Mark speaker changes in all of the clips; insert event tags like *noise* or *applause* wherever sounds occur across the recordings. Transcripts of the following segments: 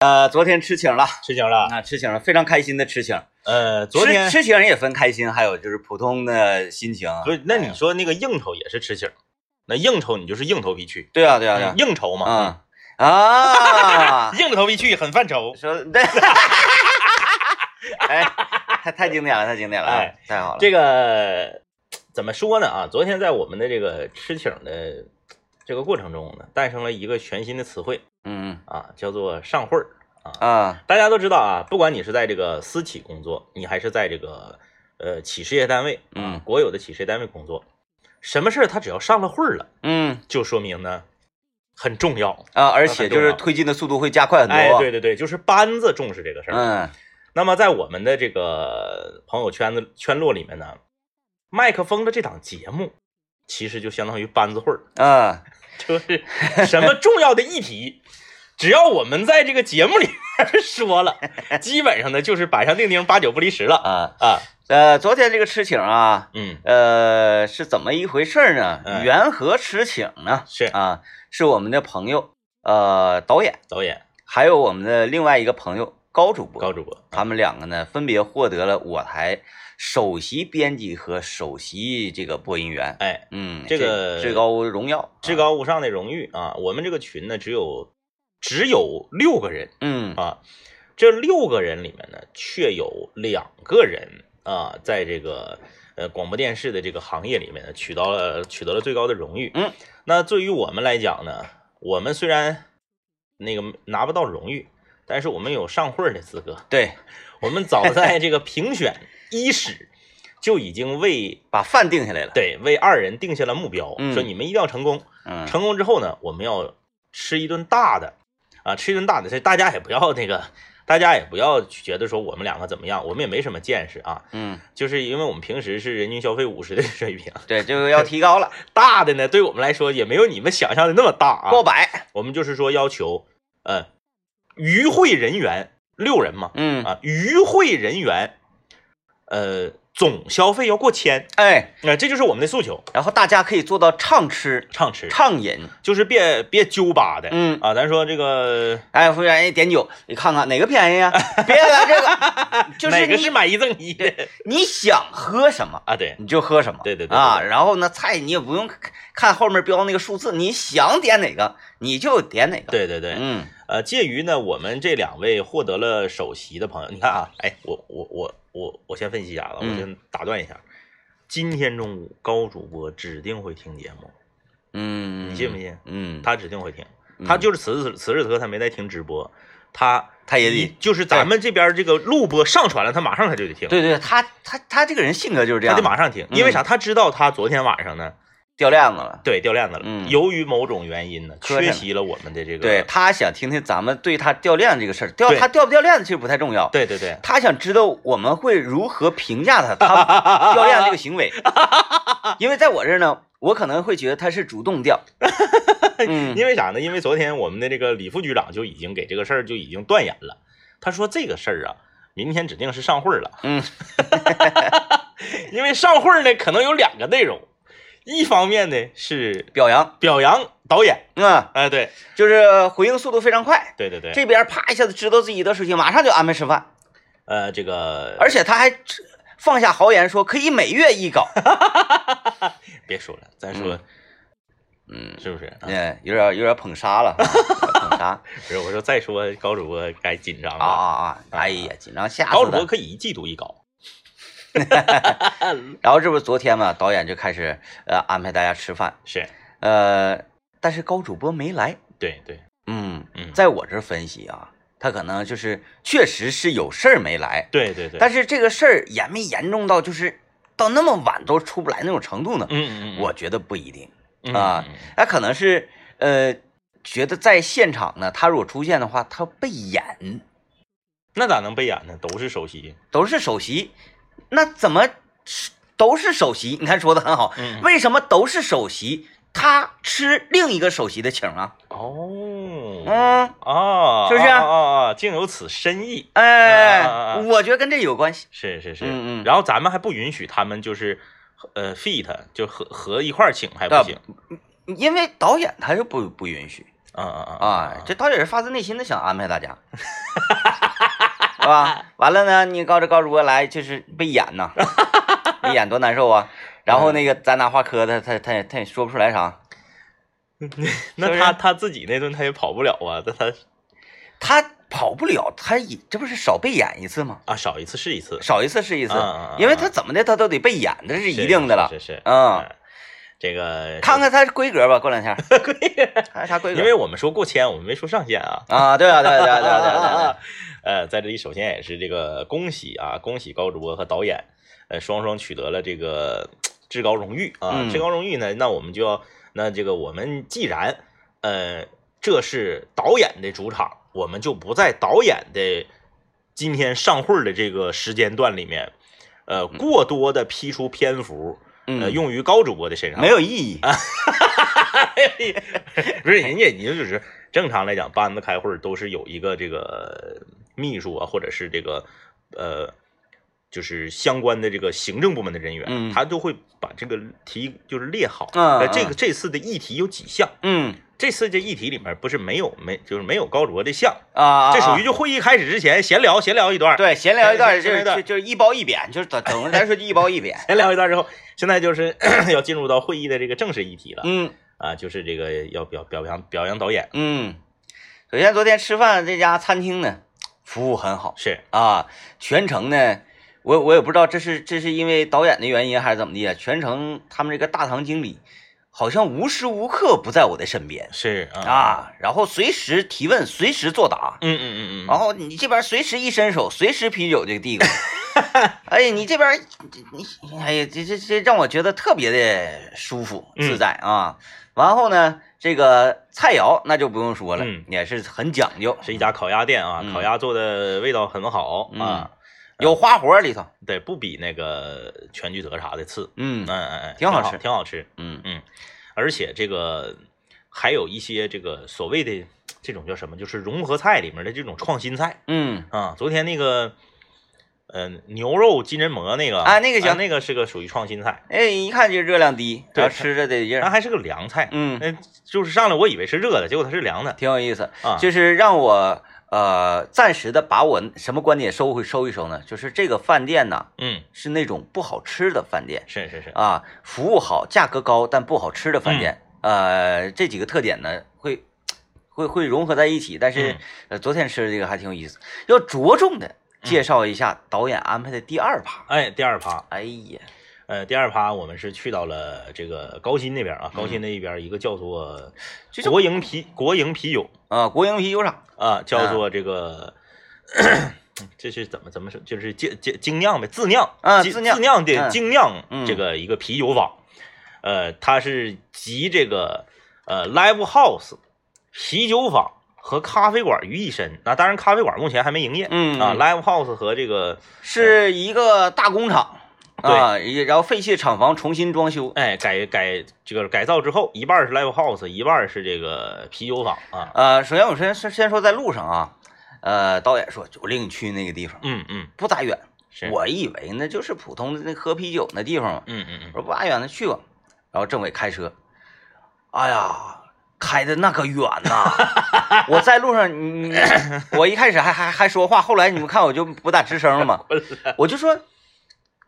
Speaker 1: 呃，昨天吃请了，
Speaker 2: 吃请了。
Speaker 1: 啊，吃请了，非常开心的吃请。
Speaker 2: 呃，昨天
Speaker 1: 吃吃请也分开心，还有就是普通的心情。哎
Speaker 2: 不是，那你说那个应酬也是吃请，那应酬你就是硬头皮去，
Speaker 1: 对啊，对啊，对啊，
Speaker 2: 应酬嘛，
Speaker 1: 嗯啊， *laughs*
Speaker 2: 硬着头皮去很犯愁。
Speaker 1: 说对， *laughs* 哎，太太经典了，太经典了，
Speaker 2: 哎，
Speaker 1: 太好了。
Speaker 2: 这个怎么说呢？啊，昨天在我们的这个吃请的这个过程中呢，诞生了一个全新的词汇
Speaker 1: 嗯
Speaker 2: 啊，叫做上会儿啊。
Speaker 1: 嗯啊，
Speaker 2: 大家都知道啊，不管你是在这个私企工作，你还是在这个呃企事业单位，
Speaker 1: 嗯
Speaker 2: 国有的企事业单位工作，什么事儿他只要上了会儿了，
Speaker 1: 嗯
Speaker 2: 就说明呢很重要。
Speaker 1: 啊，而且就是推进的速度会加快很多。
Speaker 2: 哎，对对对，就是班子重视这个事儿。
Speaker 1: 嗯
Speaker 2: 那么在我们的这个朋友圈子圈落里面呢，麦克风的这档节目，其实就相当于班子会儿，
Speaker 1: 啊，
Speaker 2: 就是什么重要的议题，只要我们在这个节目里面说了，基本上呢就是板上钉钉，八九不离十了
Speaker 1: 啊，
Speaker 2: 啊。
Speaker 1: 呃，昨天这个吃请啊，
Speaker 2: 嗯，
Speaker 1: 呃，是怎么一回事儿呢？
Speaker 2: 嗯
Speaker 1: 缘何吃请呢？
Speaker 2: 是
Speaker 1: 啊，是我们的朋友，呃，导演，
Speaker 2: 导演
Speaker 1: 还有我们的另外一个朋友高主播，
Speaker 2: 高主播，
Speaker 1: 他们两个呢，分别获得了我台首席编辑和首席这个播音员，
Speaker 2: 哎，
Speaker 1: 嗯，
Speaker 2: 这个
Speaker 1: 至高荣耀，
Speaker 2: 至
Speaker 1: 啊，
Speaker 2: 高无上的荣誉啊！我们这个群呢只有只有六个人，
Speaker 1: 嗯
Speaker 2: 啊，这六个人里面呢，却有两个人啊，在这个呃广播电视的这个行业里面呢，取到了取得了最高的荣誉。
Speaker 1: 嗯，
Speaker 2: 那对于我们来讲呢，我们虽然那个拿不到荣誉，但是我们有上会儿的资格。
Speaker 1: 对，
Speaker 2: 我们
Speaker 1: *laughs*
Speaker 2: 早在这个评选伊始就已经为
Speaker 1: 把饭定下来了，
Speaker 2: 对为二人定下了目标，
Speaker 1: 嗯
Speaker 2: 说你们一定要成功。
Speaker 1: 嗯，
Speaker 2: 成功之后呢，我们要吃一顿大的，啊，吃一顿大的。这大家也不要那个，大家也不要觉得说我们两个怎么样，我们也没什么见识啊，
Speaker 1: 嗯，
Speaker 2: 就是因为我们平时是人均消费五十的水平， *laughs*
Speaker 1: 对，这个要提高了，
Speaker 2: 大的呢，对我们来说也没有你们想象的那么大啊。
Speaker 1: 过百，
Speaker 2: 我们就是说要求，呃，与会人员六人嘛，
Speaker 1: 嗯，
Speaker 2: 啊，与会人员，呃，总消费要过千，
Speaker 1: 哎，
Speaker 2: 那、这就是我们的诉求。
Speaker 1: 然后大家可以做到畅吃、
Speaker 2: 畅吃
Speaker 1: 畅饮，
Speaker 2: 就是别别揪巴的，
Speaker 1: 嗯
Speaker 2: 啊，咱说这个
Speaker 1: 哎，服务员，哎点酒，你看看哪个便宜
Speaker 2: *laughs*
Speaker 1: 呀？别了，这个就是
Speaker 2: 哪个是
Speaker 1: 你
Speaker 2: 买一赠一
Speaker 1: 你想喝什么。
Speaker 2: *laughs* 啊？对，
Speaker 1: 你就喝什么，
Speaker 2: 对对对
Speaker 1: 啊，
Speaker 2: 对
Speaker 1: 然后呢，菜你也不用看看后面标那个数字，你想点哪个你就点哪个。，
Speaker 2: 对对对，
Speaker 1: 嗯
Speaker 2: 呃，介于呢，我们这两位获得了首席的朋友，你看啊，哎，我我我我我先分析一下子，啊
Speaker 1: 嗯
Speaker 2: 我先打断一下，今天中午高主播指定会听节目，
Speaker 1: 嗯，
Speaker 2: 你信不信？
Speaker 1: 嗯，
Speaker 2: 他指定会听，
Speaker 1: 嗯
Speaker 2: 他就是此时此时此刻他没在听直播，他
Speaker 1: 他也得，
Speaker 2: 就是咱们这边这个录播上传了，他马上他就得听，
Speaker 1: 对嗯对，他他他这个人性格就是这
Speaker 2: 他
Speaker 1: 样
Speaker 2: 得
Speaker 1: 的，
Speaker 2: 马上听，因为啥？他知道他昨天晚上呢，
Speaker 1: 掉链子了。
Speaker 2: 对掉链子
Speaker 1: 嗯
Speaker 2: 了，由于某种原因呢，
Speaker 1: 磕碜了
Speaker 2: 缺席了我们的这个，
Speaker 1: 对他想听听咱们对他掉链子这个事儿，掉
Speaker 2: 对
Speaker 1: 他掉不掉链子其实不太重要，
Speaker 2: 对对对。
Speaker 1: 他想知道我们会如何评价他，
Speaker 2: *laughs*
Speaker 1: 他掉链子这个行为，因为在我这儿呢，我可能会觉得他是主动
Speaker 2: *laughs*
Speaker 1: 掉，嗯
Speaker 2: 因为啥呢？因为昨天我们的这个李副局长就已经给这个事儿就已经断言了，他说这个事儿啊，明天指定是上会儿了，
Speaker 1: 嗯，
Speaker 2: *laughs* 因为上会儿呢可能有两个内容，一方面呢是
Speaker 1: 表扬，
Speaker 2: 表扬导演，
Speaker 1: 嗯，
Speaker 2: 哎，对
Speaker 1: 就是回应速度非常快，
Speaker 2: 对对对，
Speaker 1: 这边啪一下子知道自己的事情，马上就安排吃饭，
Speaker 2: 呃，这个
Speaker 1: 而且他还放下豪言说可以每月一
Speaker 2: *laughs*
Speaker 1: 稿。
Speaker 2: 哎别说了，咱说
Speaker 1: 嗯，
Speaker 2: 是不是？啊
Speaker 1: 嗯，有点有点捧杀
Speaker 2: *laughs*
Speaker 1: 了，捧杀
Speaker 2: 不是，我说再说高主播该紧张
Speaker 1: 啊
Speaker 2: 了，
Speaker 1: 啊啊！哎呀，紧张吓
Speaker 2: 高
Speaker 1: 死
Speaker 2: 主播
Speaker 1: 了。
Speaker 2: 可以一季度一稿，
Speaker 1: 然后这不是昨天嘛，导演就开始呃安排大家吃饭，
Speaker 2: 是
Speaker 1: 呃，但是高主播没来。
Speaker 2: 对对，
Speaker 1: 嗯，
Speaker 2: 嗯，
Speaker 1: 在我这儿分析啊，他可能就是确实是有事儿没来，
Speaker 2: 对对对，
Speaker 1: 但
Speaker 2: 是
Speaker 1: 是这个事儿严没严重到就是到那么晚都出不来那种程度呢？
Speaker 2: 嗯嗯嗯，
Speaker 1: 我觉得不一定。
Speaker 2: 嗯
Speaker 1: 啊，
Speaker 2: 嗯嗯
Speaker 1: 那可能是呃，觉得在现场呢，他如果出现的话，他被演
Speaker 2: 那咋能被演呢？都是首席，
Speaker 1: 都是首席，那怎么吃都是首席？你看说的很好，
Speaker 2: 嗯 *laughs* 嗯
Speaker 1: 为什么都是首席？他吃另一个首席的请啊？
Speaker 2: 哦，
Speaker 1: 嗯，
Speaker 2: 哦，
Speaker 1: 是不是
Speaker 2: 啊啊啊！竟有此深意，
Speaker 1: 哎，
Speaker 2: 啊啊啊
Speaker 1: 我觉得跟这有关系。
Speaker 2: 是是是。
Speaker 1: 嗯嗯
Speaker 2: 然后咱们还不允许他们就是，呃，fit 就合合一块儿请还不
Speaker 1: 对
Speaker 2: 行，
Speaker 1: 因为导演他就不不允许，
Speaker 2: 啊啊啊
Speaker 1: 啊，这导演是发自内心的想安排大家，是
Speaker 2: *laughs*
Speaker 1: 吧？完了呢，你高这高主播来就是被演呐，被演多难受啊！然后那个咱拿话磕他，他他也他也说不出来啥。
Speaker 2: 那
Speaker 1: 是
Speaker 2: 他
Speaker 1: 不
Speaker 2: 他自己那顿他也跑不了啊，那他
Speaker 1: 他跑不了，他也这不是少被演一次吗？
Speaker 2: 啊少一次是一次，
Speaker 1: 少一次是一次
Speaker 2: 嗯嗯嗯，
Speaker 1: 因为他怎么的他都得被演，这是
Speaker 2: 是
Speaker 1: 一定的了
Speaker 2: 是。是，是
Speaker 1: 嗯，
Speaker 2: 这个
Speaker 1: 看看他规格吧，过两天还有啥规格？
Speaker 2: 因为我们说过签，我们没说上限啊。
Speaker 1: 啊，对啊，对啊，对啊，对啊，对啊对
Speaker 2: *laughs*
Speaker 1: 啊，
Speaker 2: 呃，在这里首先也是这个恭喜啊， *laughs* 恭喜高主播和导演，呃，双双取得了这个至高荣誉啊。
Speaker 1: 嗯
Speaker 2: 至高荣誉呢，那我们就要，那这个我们既然呃这是导演的主场，我们就不在导演的今天上会儿的这个时间段里面，呃，过多的批出篇幅，呃，啊
Speaker 1: 嗯，
Speaker 2: 用于高主播的身上。
Speaker 1: 没有意义。
Speaker 2: 不
Speaker 1: 哎
Speaker 2: 是人家，你就只是正常来讲，班子开会儿都是有一个这个秘书啊，或者是这个呃，就是相关的这个行政部门的人员，
Speaker 1: 嗯
Speaker 2: 他就会把这个题就是列好。
Speaker 1: 嗯
Speaker 2: 呃这
Speaker 1: 嗯
Speaker 2: 个这次的议题有几项？
Speaker 1: 嗯
Speaker 2: 这次这议题里面不是没有没就是没有高卓的项，
Speaker 1: 啊，啊
Speaker 2: 这属
Speaker 1: 啊
Speaker 2: 于就会议开始之前闲聊闲聊一段，，
Speaker 1: *laughs* 对，闲聊一段
Speaker 2: 闲
Speaker 1: 就
Speaker 2: 聊
Speaker 1: 是
Speaker 2: 一段
Speaker 1: 就就是一褒一贬，就是等等着咱说就一褒一
Speaker 2: *laughs*
Speaker 1: 贬。
Speaker 2: 闲聊一段之后，现在就是 *coughs* 要进入到会议的这个正式议题了、
Speaker 1: 嗯
Speaker 2: 啊，就是这个要表表扬表扬导演
Speaker 1: 嗯，首先昨天吃饭这家餐厅呢，服务很好
Speaker 2: 是
Speaker 1: 啊，全程呢，我我也不知道这是这是因为导演的原因还是怎么的啊，全程他们这个大堂经理好像无时无刻不在我的身边
Speaker 2: 是啊
Speaker 1: 啊，然后随时提问，随时作答。
Speaker 2: 嗯嗯嗯嗯，
Speaker 1: 然后你这边随时一伸手，随时啤酒就递
Speaker 2: *laughs*
Speaker 1: 过来。哎呀，你这边你哎呀，这这这让我觉得特别的舒服
Speaker 2: 嗯
Speaker 1: 自在啊。然后呢，这个菜肴那就不用说了，
Speaker 2: 嗯
Speaker 1: 也是很讲究，
Speaker 2: 是一家烤鸭店啊，
Speaker 1: 嗯
Speaker 2: 烤鸭做的味道很好啊，
Speaker 1: 有花活里头，
Speaker 2: 对，不比那个全聚德啥的次，
Speaker 1: 嗯
Speaker 2: 嗯嗯嗯，
Speaker 1: 挺好
Speaker 2: 好
Speaker 1: 吃
Speaker 2: 挺好吃，
Speaker 1: 嗯
Speaker 2: 而且这个还有一些这个所谓的这种叫什么，就是融合菜里面的这种创新菜
Speaker 1: 嗯
Speaker 2: 啊。昨天那个，呃，牛肉金针蘑那个
Speaker 1: 啊那个行
Speaker 2: 那个是个属于创新菜，
Speaker 1: 哎，一看就热量低，
Speaker 2: 对啊
Speaker 1: 然后吃着得劲儿，
Speaker 2: 但还是个凉菜，
Speaker 1: 嗯，
Speaker 2: 那就是上来我以为是热的，结果它是凉的
Speaker 1: 挺有意思，
Speaker 2: 啊，
Speaker 1: 就是让我呃暂时的把我什么观点收回收一收呢？就是这个饭店呢
Speaker 2: 嗯，
Speaker 1: 是那种不好吃的饭店。
Speaker 2: 是是是，
Speaker 1: 啊，服务好、价格高但不好吃的
Speaker 2: 嗯
Speaker 1: 饭店，呃，这几个特点呢会会会融合在一起。但是、
Speaker 2: 嗯
Speaker 1: 呃，昨天吃的这个还挺有意思，要着重的介绍一下导演安排的第二趴。
Speaker 2: 哎，第二趴，
Speaker 1: 哎呀，
Speaker 2: 呃，第二趴我们是去到了这个高新那边啊，高新
Speaker 1: 嗯
Speaker 2: 那边一个叫做
Speaker 1: 就叫
Speaker 2: 国营啤国营啤酒
Speaker 1: 啊，国营啤酒厂，
Speaker 2: 啊，叫做这个，这是怎么怎么说，就是精精精酿呗，自酿
Speaker 1: 啊
Speaker 2: 精
Speaker 1: 自酿
Speaker 2: 自酿的
Speaker 1: 嗯
Speaker 2: 精酿
Speaker 1: 嗯
Speaker 2: 这个一个啤酒坊，呃，它是集这个呃 live house 啤酒坊和咖啡馆于一身。那当然，咖啡馆目前还没营业
Speaker 1: 嗯
Speaker 2: 啊
Speaker 1: 嗯
Speaker 2: ，live house 和这个
Speaker 1: 是一个大工厂啊，也然后废弃厂房重新装修。
Speaker 2: 哎，改改这个改造之后，一半儿是 live house，一半儿是这个啤酒坊啊。
Speaker 1: 呃，首先我先先先说在路上啊，呃，导演说我领你去那个地方，
Speaker 2: 嗯嗯，
Speaker 1: 不咋远，
Speaker 2: 是
Speaker 1: 我以为那就是普通的那喝啤酒那地方嘛。
Speaker 2: 嗯嗯嗯
Speaker 1: 我说不咋远的去吧。然后政委开车，哎呀，开的那个远呐、 *laughs* 我在路上，你你我一开始还还还说话，后来你们看我就 *laughs* 不咋吱声了嘛，我就说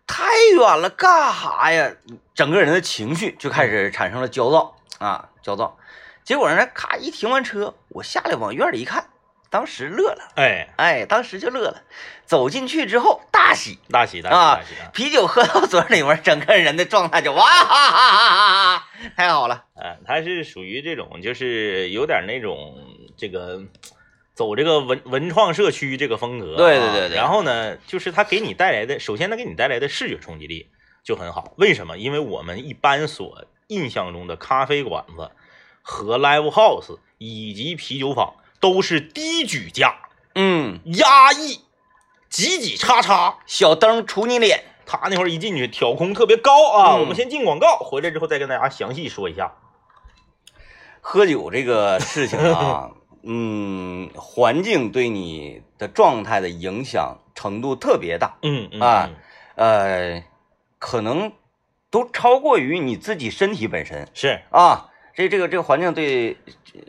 Speaker 1: 太远了，干啥呀？整个人的情绪就开始产生了焦躁啊，焦躁。结果呢，咔一停完车，我下来往院里一看，当时乐了，
Speaker 2: 哎，
Speaker 1: 哎，当时就乐了。走进去之后大喜，
Speaker 2: 大喜大喜
Speaker 1: 啊
Speaker 2: 大喜啊！
Speaker 1: 啤酒喝到嘴里面，整个人的状态就哇哈哈哈哈哈哈，太好了。
Speaker 2: 哎，它是属于这种，就是有点那种这个走这个文文创社区这个风格啊。
Speaker 1: 对对对对
Speaker 2: 然后呢，就是它给你带来的，首先它给你带来的视觉冲击力就很好。为什么？因为我们一般所印象中的咖啡馆子和 live house 以及啤酒坊都是低举价。
Speaker 1: 嗯，
Speaker 2: 压抑，挤挤叉叉。
Speaker 1: 小灯杵你脸。
Speaker 2: 他那会儿一进去挑空特别高啊，
Speaker 1: 嗯
Speaker 2: 我们先进广告，回来之后再跟大家详细说一下。
Speaker 1: 喝酒这个事情 *laughs* 啊，嗯，环境对你的状态的影响程度特别大，
Speaker 2: 嗯嗯
Speaker 1: 啊，呃，可能都超过于你自己身体本身
Speaker 2: 是
Speaker 1: 啊。这这个这个环境对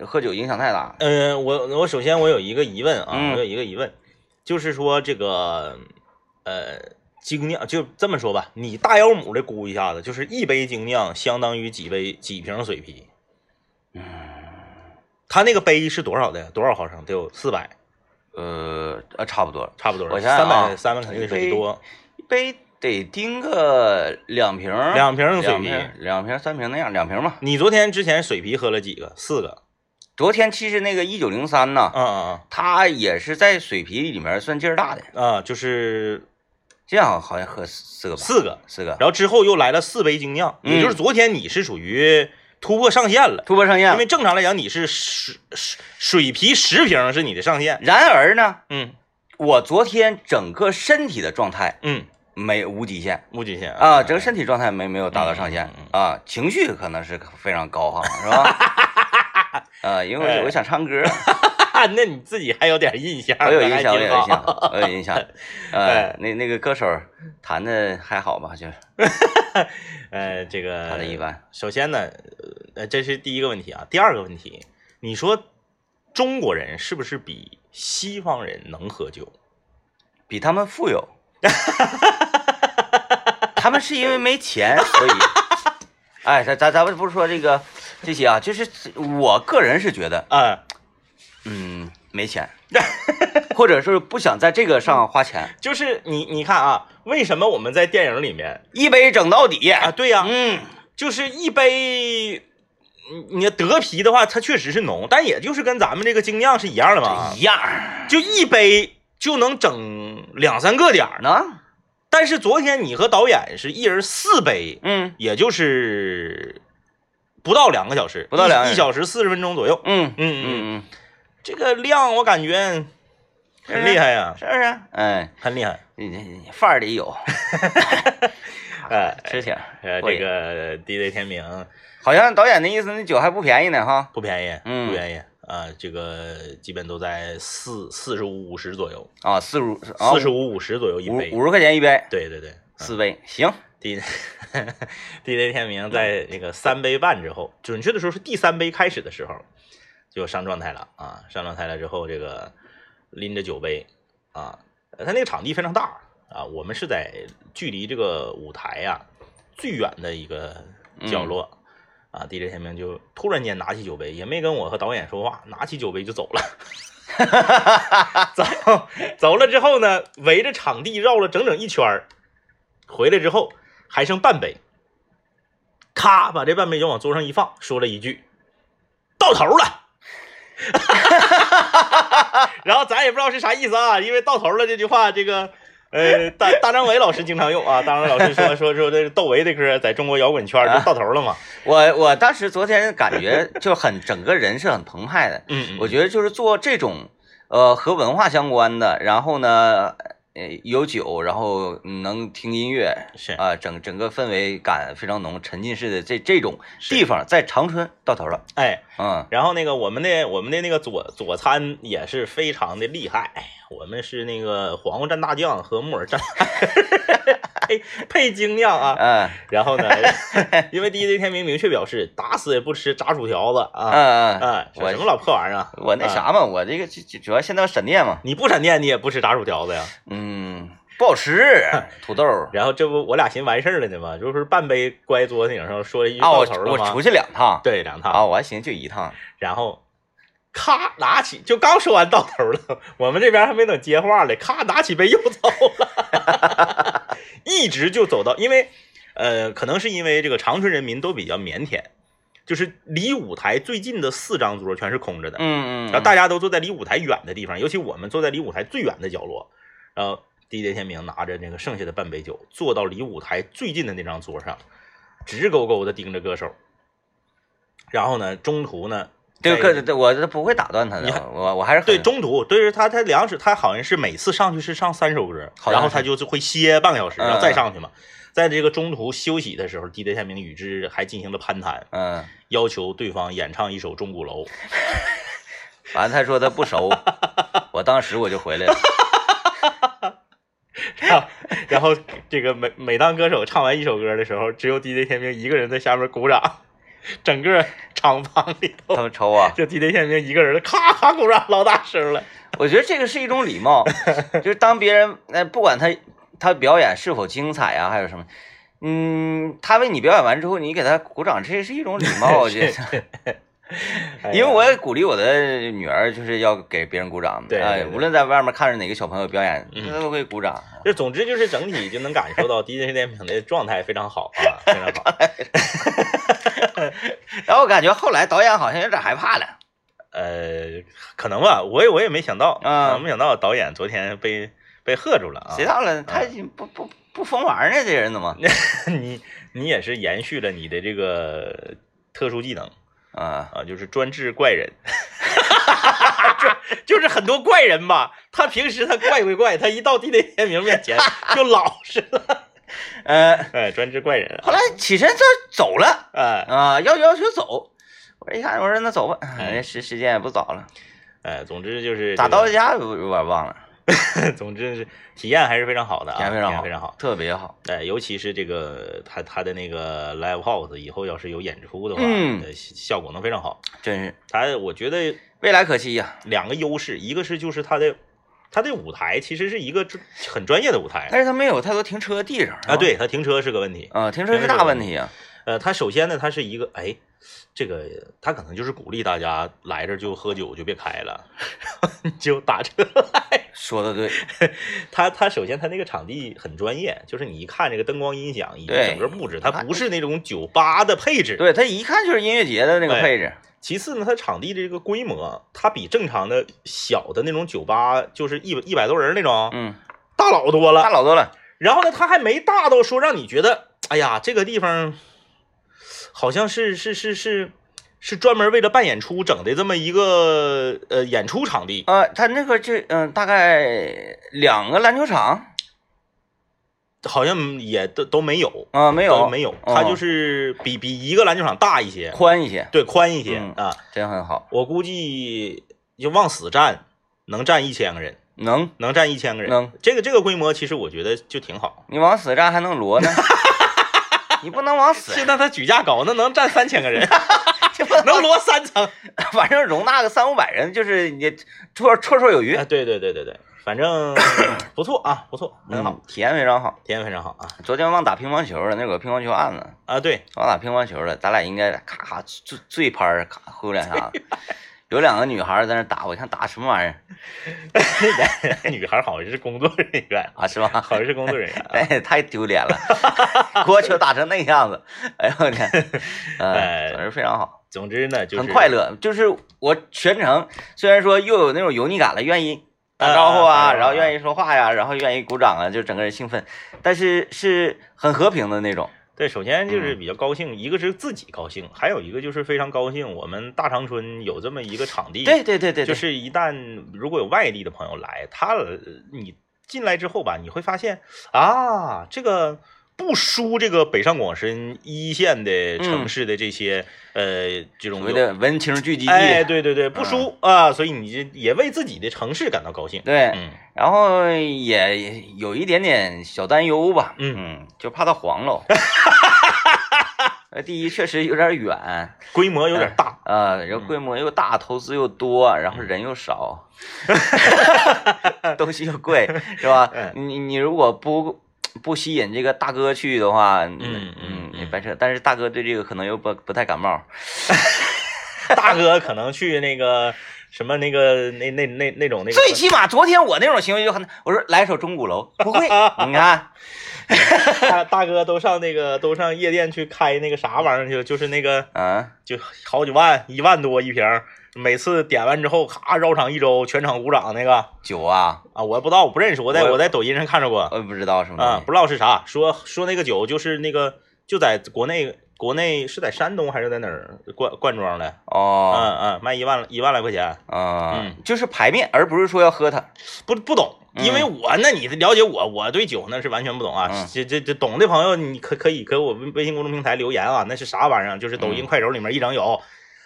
Speaker 1: 喝酒影响太大。
Speaker 2: 嗯，我我首先我有一个疑问啊，
Speaker 1: 嗯
Speaker 2: 我有一个疑问，就是说这个呃精酿就这么说吧，你大腰母的估一下子，就是一杯精酿相当于几杯几瓶水啤，
Speaker 1: 嗯
Speaker 2: 它那个杯是多少的呀？多少毫升？得有四百，
Speaker 1: 呃呃，差不多，
Speaker 2: 差不多。
Speaker 1: 我想
Speaker 2: 三
Speaker 1: 想啊嗯
Speaker 2: 百三百肯定得水多，
Speaker 1: 一杯得盯个两瓶儿，
Speaker 2: 两瓶水
Speaker 1: 两
Speaker 2: 啤。
Speaker 1: 瓶两瓶三瓶那样，两瓶嘛。
Speaker 2: 你昨天之前水啤喝了几个？四个。
Speaker 1: 昨天其实那个一九零三呢，
Speaker 2: 啊啊
Speaker 1: 它也是在水啤里面算劲儿大的，
Speaker 2: 啊！啊，就是
Speaker 1: 这样好像喝四个吧，
Speaker 2: 四个。
Speaker 1: 四个，
Speaker 2: 然后之后又来了四杯精酿，也就是
Speaker 1: 嗯
Speaker 2: 昨天你是属于突破上限了。
Speaker 1: 突破上
Speaker 2: 因为
Speaker 1: 限。
Speaker 2: 正常来讲，你是水水水皮十瓶是你的上限。
Speaker 1: 然而呢，
Speaker 2: 嗯
Speaker 1: 我昨天整个身体的状态
Speaker 2: 嗯，
Speaker 1: 没无极限
Speaker 2: 无极限
Speaker 1: 啊，整个身体状态没没有达到上限
Speaker 2: 哎嗯嗯
Speaker 1: 啊，情绪可能是非常高哈，是吧？ *laughs* 啊，因为
Speaker 2: 哎
Speaker 1: 我我想唱
Speaker 2: *laughs*
Speaker 1: 歌，
Speaker 2: 哈， *laughs* 那你自己还有点印象，
Speaker 1: 我有印象，我
Speaker 2: 还挺
Speaker 1: 有印
Speaker 2: 好
Speaker 1: 象，我有印
Speaker 2: *laughs*
Speaker 1: 象。呃
Speaker 2: 哎，
Speaker 1: 那那个歌手弹的还好吧？就是
Speaker 2: 呃，这个
Speaker 1: 弹的一般。
Speaker 2: 首先呢，呃，这是第一个问题啊。第二个问题，你说中国人是不是比西方人能喝酒？
Speaker 1: 比他们富有。 *laughs* 他们是因为没 *laughs* 钱，所以，哎，咱咱咱们不是说这个这些啊，就是我个人是觉得，
Speaker 2: 啊，
Speaker 1: 嗯，没 *laughs* 钱，或者是不想在这个上花钱，
Speaker 2: 就是你你看啊，为什么我们在电影里面
Speaker 1: 嗯一杯整到底
Speaker 2: 啊，对呀、
Speaker 1: 嗯，
Speaker 2: 就是一杯，嗯你德啤的话，它确实是浓，但也就是跟咱们这个精酿是一样的嘛
Speaker 1: 一，样儿
Speaker 2: 就一杯就能整两三个点儿呢。
Speaker 1: 呢，
Speaker 2: 但是昨天你和导演是一人四杯，
Speaker 1: 嗯
Speaker 2: 也就是不到两个小时，
Speaker 1: 不到两个
Speaker 2: 一一小时四十分钟左右。
Speaker 1: 嗯嗯
Speaker 2: 嗯嗯，
Speaker 1: 嗯，
Speaker 2: 这个量我感觉很厉害呀、
Speaker 1: 是不是？哎，
Speaker 2: 很厉害。
Speaker 1: 你你你范儿里 *laughs* 有，
Speaker 2: 哎，
Speaker 1: 吃挺儿，
Speaker 2: 呃，
Speaker 1: 过
Speaker 2: 这
Speaker 1: 瘾
Speaker 2: 个 DJ 天明
Speaker 1: 好像导演的意思，那酒还不便宜呢哈，
Speaker 2: 不便宜，
Speaker 1: 嗯
Speaker 2: 不便宜啊，这个基本都在四四十五五十左右。
Speaker 1: 啊，四十五，啊
Speaker 2: 四十五五十左右一
Speaker 1: 五
Speaker 2: 杯。
Speaker 1: 五十块钱一杯，嗯
Speaker 2: 对对对，
Speaker 1: 四杯，行，
Speaker 2: *laughs* 第第雷天明在那个三杯半之后，准确的说是第三杯开始的时候，就上状态了啊！上状态了之后，这个拎着酒杯啊，呃他那个场地非常大啊，我们是在距离这个舞台呀、最远的一个角落。啊！DJ 天明就突然间拿起酒杯，也没跟我和导演说话，拿起酒杯就走了。 *laughs* 走走了之后呢，围着场地绕了整整一圈儿，回来之后还剩半杯，咔把这半杯酒往桌上一放，说了一句：“到头了。”然后咱也不知道是啥意思啊，因为“到头了”这句话，这个呃大大张伟老师经常用啊。大张伟老师说说说这个窦唯的歌在中国摇滚圈儿就到头了
Speaker 1: 啊
Speaker 2: 嘛。
Speaker 1: 我我当时昨天感觉就很整个人是很澎湃的，
Speaker 2: 嗯，
Speaker 1: 我觉得就是做这种呃和文化相关的，然后呢呃有酒，然后能听音乐
Speaker 2: 是
Speaker 1: 啊、整整个氛围感非常浓，沉浸式的这这种
Speaker 2: 是
Speaker 1: 地方在长春到头了，
Speaker 2: 哎。
Speaker 1: 嗯
Speaker 2: 然后那个我们的我们的那个佐佐餐也是非常的厉害，哎我们是那个黄瓜蘸大酱和木耳蘸 *laughs* 配配精酿啊。
Speaker 1: 嗯
Speaker 2: 然后呢，因为 DJ 天明明确表示打死也不吃炸薯条子啊
Speaker 1: 嗯嗯，
Speaker 2: 啊，
Speaker 1: 我
Speaker 2: 什么老破玩意儿啊？
Speaker 1: 我那
Speaker 2: 啊，
Speaker 1: 啥嘛，我这个主主主要现在闪电嘛，
Speaker 2: 你不闪电你也不吃炸薯条子呀？
Speaker 1: 嗯不好吃，
Speaker 2: 啊
Speaker 1: 土豆儿
Speaker 2: 然后这不我俩寻完事儿了呢吗？这不是半杯乖桌子顶上说了一句
Speaker 1: 啊，
Speaker 2: 到
Speaker 1: 我
Speaker 2: 头
Speaker 1: 我
Speaker 2: 了吗
Speaker 1: 出？去两趟
Speaker 2: 对，两趟
Speaker 1: 啊，我还寻思就一趟。
Speaker 2: 然后咔拿起，就刚说完到头了，我们这边还没等接话嘞，咔拿起杯又走了， *laughs* 一直就走到，因为呃，可能是因为这个长春人民都比较腼腆，就是离舞台最近的四张桌全是空着的，
Speaker 1: 嗯嗯，
Speaker 2: 然后大家都坐在离舞台远的地方，尤其我们坐在离舞台最远的角落，然后 DJ 天明拿着那个剩下的半杯酒，坐到离舞台最近的那张桌上，直勾勾的盯着歌手。然后呢，中途呢，
Speaker 1: 对，
Speaker 2: 在
Speaker 1: 可对，我这不会打断他
Speaker 2: 你
Speaker 1: 的，我我还是很
Speaker 2: 对中途，对是他他两首，他好像是每次上去是唱三首歌，
Speaker 1: 好像
Speaker 2: 然后
Speaker 1: 是
Speaker 2: 他就是会歇半个小时，然后再
Speaker 1: 嗯嗯
Speaker 2: 上去嘛。在这个中途休息的时候，DJ 天明与之还进行了攀谈，
Speaker 1: 嗯，
Speaker 2: 要求对方演唱一首《钟鼓楼》。
Speaker 1: 完了他说他不
Speaker 2: *laughs*
Speaker 1: 熟，我当时我就回来了，
Speaker 2: 啊 *laughs* 然后这个每每当歌手唱完一首歌的时候，只有 DJ 天明一个人在下面鼓掌。整个厂房里
Speaker 1: 他
Speaker 2: 头，
Speaker 1: 们啊瞅
Speaker 2: *laughs*
Speaker 1: 我，
Speaker 2: 就地雷宪兵一个人咔咔鼓掌老大声了。
Speaker 1: 我觉得这个是一种礼
Speaker 2: *laughs*
Speaker 1: 貌，就是当别人那、不管他他表演是否精彩啊，还有什么，嗯，他为你表演完之后，你给他鼓掌，这是一种礼貌，我
Speaker 2: *laughs*
Speaker 1: 觉得。
Speaker 2: 哎呀
Speaker 1: 因为我也鼓励我的女儿，就是要给别人鼓掌，
Speaker 2: 对对
Speaker 1: 哎
Speaker 2: 对
Speaker 1: 无论在外面看着哪个小朋友表演，
Speaker 2: 嗯
Speaker 1: 她都会鼓掌。
Speaker 2: 就总之就是整体就能感受到 DJ 电影的状态非常好 *laughs* 啊，非常好。
Speaker 1: 然后我感觉后来导演好像有点害怕了，
Speaker 2: 呃，可能吧，我也我也没想到
Speaker 1: 啊
Speaker 2: 没想到导演昨天被被喝住了啊。
Speaker 1: 谁到了他已经不不不疯玩呢？这人怎么？
Speaker 2: 你你也是延续了你的这个特殊技能
Speaker 1: 啊，
Speaker 2: 啊，就是专治怪人， *laughs* 就就是很多怪人吧。他平时他怪归怪，他一到地雷天明面前就老实了， *laughs*
Speaker 1: 呃，
Speaker 2: 哎，专治怪人啊。
Speaker 1: 后来起身就走了
Speaker 2: 哎
Speaker 1: 啊，要要求走。我一看，我说那走吧，
Speaker 2: 嗯
Speaker 1: 哎时时间也不早了，
Speaker 2: 哎，总之就是
Speaker 1: 咋
Speaker 2: 这个
Speaker 1: 到的家我有点忘了，
Speaker 2: *laughs* 总之是体验还是非常好的啊，
Speaker 1: 体验非常好，
Speaker 2: 非常好。
Speaker 1: 特别好。
Speaker 2: 哎，尤其是这个他他的那个 live house，以后要是有演出的话，
Speaker 1: 嗯
Speaker 2: 呃效果能非常好。
Speaker 1: 真是
Speaker 2: 他我觉得
Speaker 1: 未来可期呀、
Speaker 2: 两个优势，一个是就是他的他的舞台其实是一个专很专业的舞台
Speaker 1: 但是他没有太多停车的地方
Speaker 2: 哎啊，，对他停车是个问题
Speaker 1: 是。吧啊，停车是大问题啊，
Speaker 2: 呃，他首先呢，他是一个哎，这个他可能就是鼓励大家来这儿就喝酒就别开了， *laughs* 你就打车来。
Speaker 1: 说的对，
Speaker 2: 他他首先他那个场地很专业，就是你一看这个灯光音响以及
Speaker 1: 对
Speaker 2: 整个布置，它不是那种酒吧的配置。
Speaker 1: 对他一看就是音乐节的那个
Speaker 2: 哎
Speaker 1: 配置，
Speaker 2: 其次呢，它场地的这个规模，它比正常的小的那种酒吧，就是一一百多人那种，
Speaker 1: 嗯，
Speaker 2: 大老多
Speaker 1: 大
Speaker 2: 了。
Speaker 1: 老多了，
Speaker 2: 然后呢，它还没大到说让你觉得，哎呀，这个地方好像是是是是是专门为了办演出整的这么一个呃演出场地。
Speaker 1: 呃，他那个就嗯、大概两个篮球场
Speaker 2: 好像也都都没有，
Speaker 1: 啊、没有
Speaker 2: 都没有，
Speaker 1: 哦
Speaker 2: 它就是比比一个篮球场大一些，
Speaker 1: 宽一些，
Speaker 2: 对，宽一些、
Speaker 1: 嗯
Speaker 2: 啊。
Speaker 1: 真很好，
Speaker 2: 我估计就往死站，能站一千个人，
Speaker 1: 能
Speaker 2: 能站一千个人。
Speaker 1: 能
Speaker 2: 这个这个规模，其实我觉得就挺好。
Speaker 1: 你往死站还能
Speaker 2: *laughs*
Speaker 1: 摞呢，你不能往死，
Speaker 2: 现在他举架高，那能站三千
Speaker 1: *laughs*
Speaker 2: 个人，能摞三层。
Speaker 1: 反正容纳个三五百人，就是你绰绰绰有余，
Speaker 2: 哎，对对对对对，反
Speaker 1: *coughs*
Speaker 2: 正不错啊，不错，很好
Speaker 1: 嗯，，体验非常好。
Speaker 2: 体验非常好啊
Speaker 1: 昨天忘打乒乓球了，那有个乒乓球案子，
Speaker 2: 啊！对， *laughs*
Speaker 1: 忘打乒乓球了，咱俩应该咔咔醉醉拍儿，咔呼两下子。有两个女孩在那打，我一看打什么玩意儿
Speaker 2: 女孩好像是工作人员，
Speaker 1: 啊，是吧？
Speaker 2: 好像是工作人员。
Speaker 1: *laughs*
Speaker 2: 啊
Speaker 1: 哎，太丢脸了， *laughs* 国球打成那样子，哎呦我
Speaker 2: *laughs*
Speaker 1: 天，呃，
Speaker 2: 哎
Speaker 1: 总是非常好，
Speaker 2: 总之呢，就是
Speaker 1: 很快，乐。就是我全程虽然说又有那种油腻感了，愿意打招呼
Speaker 2: 啊啊
Speaker 1: 啊，
Speaker 2: 啊
Speaker 1: 然后愿意说话呀，然后愿意鼓掌啊，就整个人兴奋，但是是很和平的那种。
Speaker 2: 对，首先
Speaker 1: 嗯
Speaker 2: 就是比较高兴，一个是自己高兴，还有一个就是非常高兴，我们大长春有这么一个场地，
Speaker 1: 对对对对，
Speaker 2: 嗯就
Speaker 1: 对
Speaker 2: 是一旦如果有外地的朋友来，他呃你进来之后吧，你会发现啊，这个不输这个北上广深一线的城市的这些、呃这种
Speaker 1: 嗯所谓
Speaker 2: 有
Speaker 1: 的文情聚集地。
Speaker 2: 哎，对对对，不
Speaker 1: 嗯
Speaker 2: 输、啊，所以你这也为自己的城市感到高兴。
Speaker 1: 对
Speaker 2: 嗯，
Speaker 1: 然后也有一点点小担忧吧，
Speaker 2: 嗯
Speaker 1: 就怕它黄
Speaker 2: *laughs*
Speaker 1: 喽。呃，第一确实有点远，
Speaker 2: 规模有点
Speaker 1: *laughs*
Speaker 2: 大，
Speaker 1: 呃，人
Speaker 2: 嗯
Speaker 1: 规模又大，投资又多，然后人又
Speaker 2: *laughs*
Speaker 1: 少，东西又贵，是吧
Speaker 2: 嗯？
Speaker 1: 你你如果不不吸引这个大哥去的话，
Speaker 2: 嗯嗯
Speaker 1: 嗯，也
Speaker 2: 嗯
Speaker 1: 白扯。但是大哥对这个可能又不不太感冒，
Speaker 2: 大哥可能去那个什么那个那那那那种那个
Speaker 1: 最起码昨天我那种行为就很，我说来首钟鼓楼，不
Speaker 2: *laughs*
Speaker 1: 会，你看，
Speaker 2: 大大哥都上那个都上夜店去开那个啥玩意儿去了，就是那个
Speaker 1: 嗯，
Speaker 2: 就好几万，一万多一瓶儿，每次点完之后，咔绕场一周，全场鼓掌那个
Speaker 1: 酒啊，
Speaker 2: 啊，我不知道，我不认识，我在
Speaker 1: 我嗯
Speaker 2: 我在抖音上看着过
Speaker 1: 我也不知道什么东
Speaker 2: 啊，
Speaker 1: 西
Speaker 2: 不知道是啥，说说那个酒就是那个就在国内国内是在山东还是在哪儿灌灌装的，嗯
Speaker 1: 哦，
Speaker 2: 嗯，卖一万一万来块钱，
Speaker 1: 啊
Speaker 2: 嗯，
Speaker 1: 就是排面，而不是说要喝它，
Speaker 2: 不不懂。因为我那你了解我，我对酒那是完全不懂啊。
Speaker 1: 嗯
Speaker 2: 这这这懂的朋
Speaker 1: 嗯
Speaker 2: 友，你可可以给我微微信公众平台留言啊，那是啥玩意儿？就是抖音、快手里面一整有，